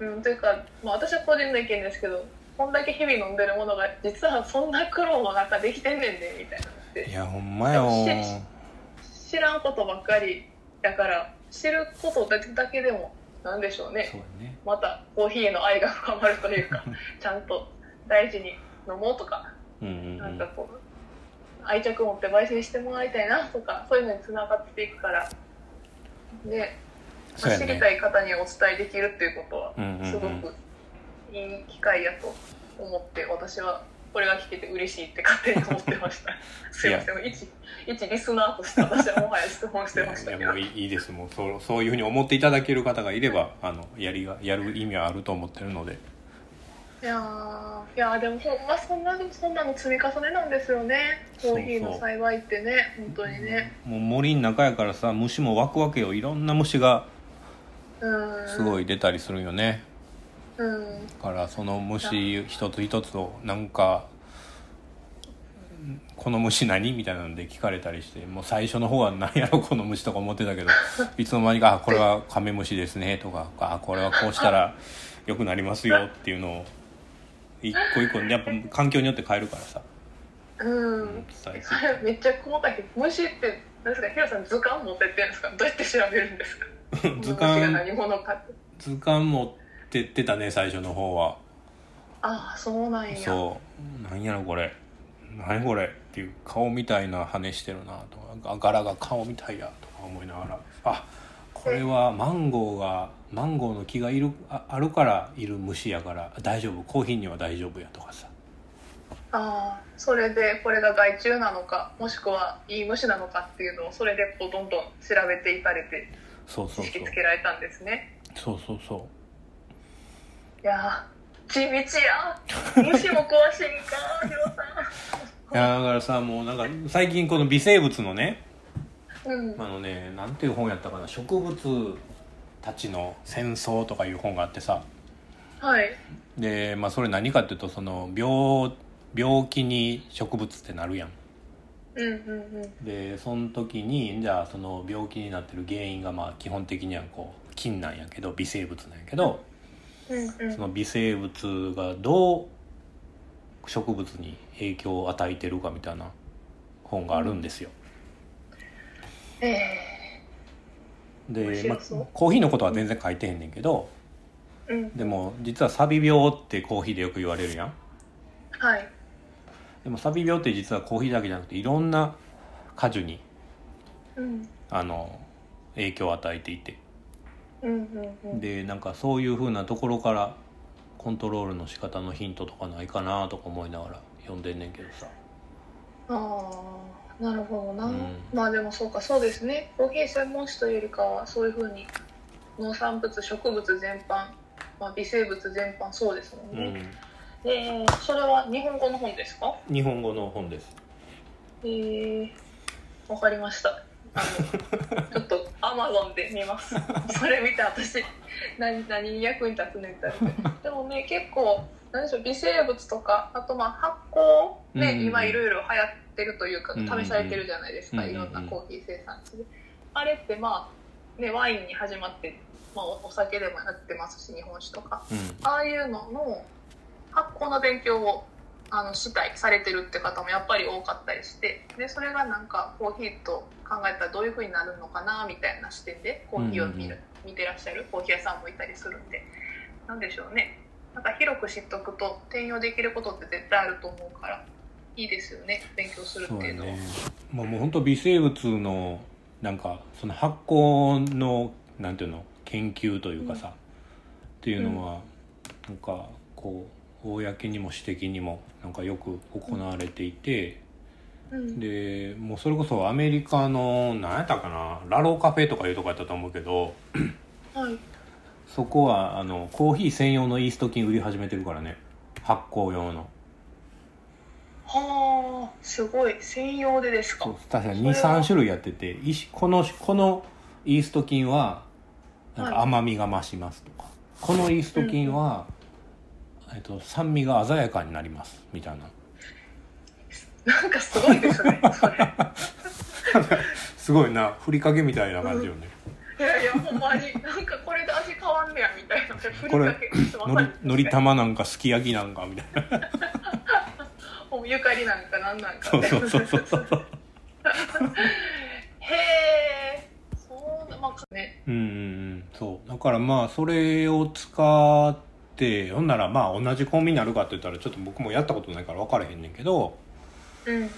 S2: ううんというか、まあ、私は個人の意見ですけどこんだけ日々飲んでるものが実はそんな苦労もなんかできてんねんでみたいなのって
S1: いやほんまよ
S2: 知らんことばっかりやから知ることだけでもなんでしょうね
S1: そうやね
S2: またコーヒーへの愛が深まる
S1: [LAUGHS]
S2: というかちゃんと大事に飲もうとか
S1: うんうん
S2: なん
S1: う
S2: か
S1: ん
S2: こう愛着持って焙煎してもらいたいなとかそういうのにつながっていくからね、
S1: そ
S2: ま
S1: う
S2: あ
S1: や
S2: 知り
S1: ね
S2: たい方にお伝えできるっていうことは
S1: うんうんうん
S2: すごくいい機会やと思って私はこれが聞けて嬉しいって勝手に思ってました
S1: [LAUGHS]
S2: すいません一一リスナーとして私はもはや質問し
S1: い
S2: て
S1: や
S2: ました
S1: い
S2: け
S1: やもう
S2: ど
S1: いいいいですもうそうそういうふうに思っていただける方がいればあのやりがやる意味はあると思ってるので
S2: いやーいやーでもほんまそんなそんなの積み重ねなんですよねコーヒーの栽培ってね本当にね
S1: もう森の中やからさ虫も湧くわけよいろんな虫が
S2: うん
S1: すごい出たりするよね、
S2: うん
S1: だからその虫一つ一つをなんか「この虫何?」みたいなので聞かれたりしてもう最初の方は何やろこの虫とか思ってたけどいつの間にかあ「これはカメムシですね」とか「あこれはこうしたら良くなりますよ」っていうのを一個一個やっぱ環境によって変えるからさ
S2: [LAUGHS] うん、それめっちゃ細かい虫って何ですかヒロさん図鑑持ってってるんですかどうやって調べるんですか
S1: [LAUGHS] 図
S2: [LAUGHS] 友達が
S1: 鑑
S2: 何者かって
S1: 図鑑持ってってたね最初の方は
S2: ああそうなんや
S1: そうなんやろこれ何これっていう顔みたいな羽してるなとか柄が顔みたいやとか思いながらあこれはマンゴーがマンゴーの木がいるああるからいる虫やから大丈夫コーヒーには大丈夫やとかさ
S2: ああそれでこれが害虫なのかもしくはいい虫なのかっていうのをそれでこうどんどん調べていかれて
S1: そうそ
S2: 知
S1: うそ
S2: 識
S1: う
S2: つけられたんですね
S1: そうそうそ
S2: いやー地道や虫も怖しいんかヒロ
S1: ういやだからさもうなんか最近この微生物のね
S2: さんうん
S1: あのねなんていう本やったかな「植物たちの戦争」とかいう本があってさ
S2: はい
S1: で、まあ、それ何かっていうとその病病気に植物ってなるやん
S2: うんうんうん
S1: でその時にじゃあその病気になってる原因がまあ基本的にはこう菌なんやけど微生物なんやけど
S2: うんうん
S1: その微生物がどう植物に影響を与えてるかみたいな本があるんですよ。
S2: ええ面
S1: で、ま
S2: 白
S1: あ
S2: そう、
S1: コーヒーのことは全然書いてへんねんけど
S2: うん
S1: でも実はサビ病ってコーヒーでよく言われるやん。
S2: はい
S1: でもサビ病って実はコーヒーだけじゃなくていろんな果樹に
S2: うん
S1: あの影響を与えていて
S2: うんうんうん
S1: でなんかそういう風なところからコントロールの仕方のヒントとかないかなとか思いながら読んでんねんけどさ
S2: ああなるほどな、
S1: うん
S2: まあでもそうかそうですねコーヒー専門誌というよりかはそういうふうに農産物植物全般、まあ、微生物全般そうですもん
S1: う
S2: ね、
S1: ん
S2: えーそれは日本語の本ですか
S1: 日本語の本です
S2: えー、わかり
S1: [LAUGHS]
S2: ましたあのちょっとアマゾンで見ますそれ見て私何何に役に立つねんってでもね結構何でしょう微生物とかあとまあ発酵ね、
S1: うんうんうん
S2: 今いろいろ流行ってるというか
S1: うんうんうん
S2: 試されてるじゃないですか、
S1: うんうんうん
S2: いろんなコーヒー生産地であれってまあ、ね、ワインに始まって、まあ、おお酒でもやってますし日本酒とか
S1: うん
S2: ああいうのの発酵の勉強をあのしたいされてるって方もやっぱり多かったりしてでそれがなんかコーヒーと考えたらどういうふうになるのかなみたいな視点でコーヒーを見る、見てらっしゃるコーヒー屋さんもいたりするんでなんでしょうねなんか広く知っとくと転用できることって絶対あると思うからいいですよね勉強する
S1: そ
S2: っ
S1: う
S2: てい
S1: や
S2: うのは。
S1: ねまあもう本当微生物のなんかその発酵のなんていうの研究というかさ、っていうのはなんかこう公にも私的にもなんかよく行われていて、
S2: うん
S1: でもうそれこそアメリカの何やったかなラローカフェとかいうとこやったと思うけど
S2: はい
S1: そこはあのコーヒー専用のイースト菌売り始めてるからね発酵用の
S2: はあすごい専用でですか
S1: そう確か
S2: それは
S1: に23種類やってていしこのこのイースト菌はなんか
S2: はい
S1: 甘みが増しますとか、このイースト菌は、えっと、酸味が鮮やかになりますみたいな
S2: なんかすごいですねそれ。
S1: すごいなふりかけみたいな感じよね、
S2: いやいやほんまになんかこれで味変わんねやみたいなふりかけ
S1: のりのり玉なんかすき焼きなんかみたいな
S2: もうゆかりなんかなんなんか
S1: そうそうそうそうそうそう
S2: へえそうなまあね
S1: うんうんうんそうだからまあそれを使ってほんならまあ同じコンビになるかって言ったらちょっと僕もやったことないから分からへんねんけど
S2: うんうん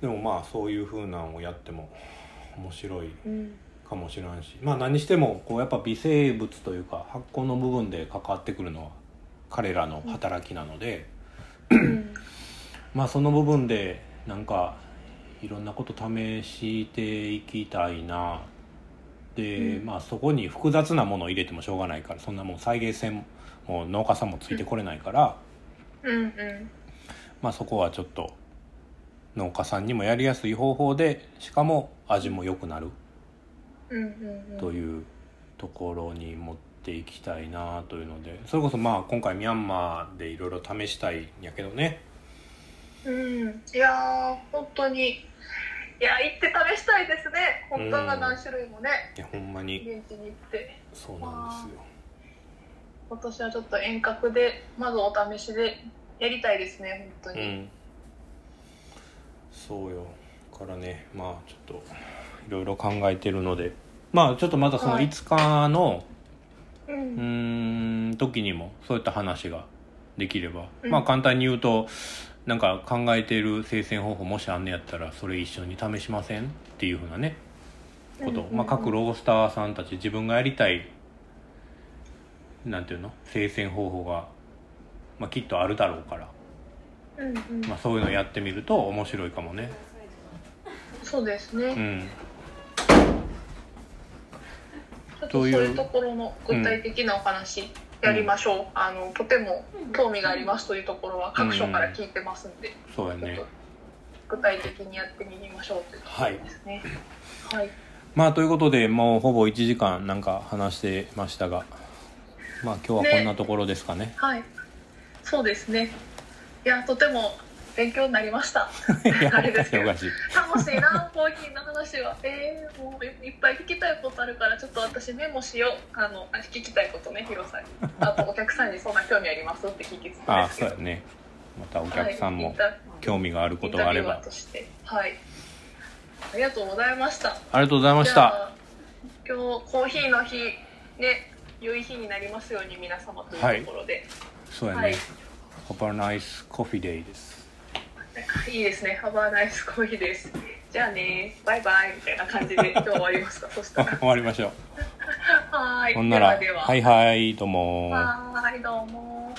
S1: でもまあそういう風なんをやっても面白い
S2: うん
S1: かもしれんしまあ何にしてもこうやっぱ微生物というか発酵の部分で関わってくるのは彼らの働きなので、
S2: うん
S1: まあその部分でなんかいろんなこと試していきたいなで、
S2: うん
S1: まあそこに複雑なものを入れてもしょうがないからそんなもう再現性ももう農家さんもついてこれないから、
S2: うんうん
S1: まあそこはちょっと農家さんにもやりやすい方法でしかも味も良くなる
S2: うんうん
S1: というところに持っていきたいなというのでそれこそまあ今回ミャンマーでいろいろ試したいんやけどね
S2: うんうんいやー本当にいや行って試したいですね本当は何種類もね
S1: いやほんまに
S2: 現地に行って
S1: そうなんですよ。
S2: 今年はちょっと遠隔でまずお試しでやりたいですね本当
S1: う
S2: に
S1: んそうよからねまあちょっといろいろ考えてるのでまあちょっとまたその
S2: はい
S1: 5日の、
S2: う
S1: うー
S2: ん
S1: ん時にもそういった話ができれば、
S2: うん
S1: まあ簡単に言うとなんか考えてる生鮮方法もしあんねやったらそれ一緒に試しませんっていうふうなねこと、
S2: うんうんうん
S1: まあ、各ロースターさんたち自分がやりたいなんていうの生鮮方法が、まあ、きっとあるだろうから、
S2: うんうん
S1: まあ、そういうのやってみると面白いかもね
S2: そうです
S1: う
S2: ね、
S1: ん
S2: ちょっと
S1: そ
S2: そうう
S1: いう
S2: いうところの具体的なお話やりましょう、あのとても興味がありますというところは各所から聞いてますんで、
S1: そうや
S2: ち
S1: ね
S2: ょっと具体的にやってみましょうというところですねはい
S1: まあということでもうほぼ1時間なんか話してましたがまあ今日はこんなところですかね
S2: はい、そうですね。いや、とても勉強になりました。
S1: [LAUGHS] いやおかしいおかしい
S2: 楽しいな、コーヒーの話は。えー、もういいっぱい聞きたいことあるから、ちょっと私メモしよう。あの、あ聞きたいことね、ヒロさんに。あと、お客さんにそんな興味ありますって聞きつつ
S1: あ
S2: で
S1: あ
S2: す
S1: そ
S2: け
S1: う
S2: ど。
S1: やねまたお客さん
S2: は
S1: も
S2: いインタ
S1: 興味がある
S2: イ
S1: こ
S2: ン
S1: と
S2: タ
S1: があ
S2: ビ
S1: れ
S2: ュア
S1: ば
S2: ーとして、はい。ありがとうございました。
S1: ありがとうございまし
S2: じゃ
S1: た
S2: あ今日コーヒーの日ね、良い日になりますように皆様というところで。
S1: そうや
S2: は
S1: ね
S2: い
S1: Have a nice coffee day です [LAUGHS]
S2: いいですね。ハバーナイスコーヒーです。じゃあね、バイバイみたいな
S1: [LAUGHS]
S2: 感じで今日終わりますか。そしたら。
S1: 終わりましょ
S2: はー
S1: う
S2: い。
S1: ほんなら
S2: ではでは。
S1: はいはいどうも
S2: はーいどうも。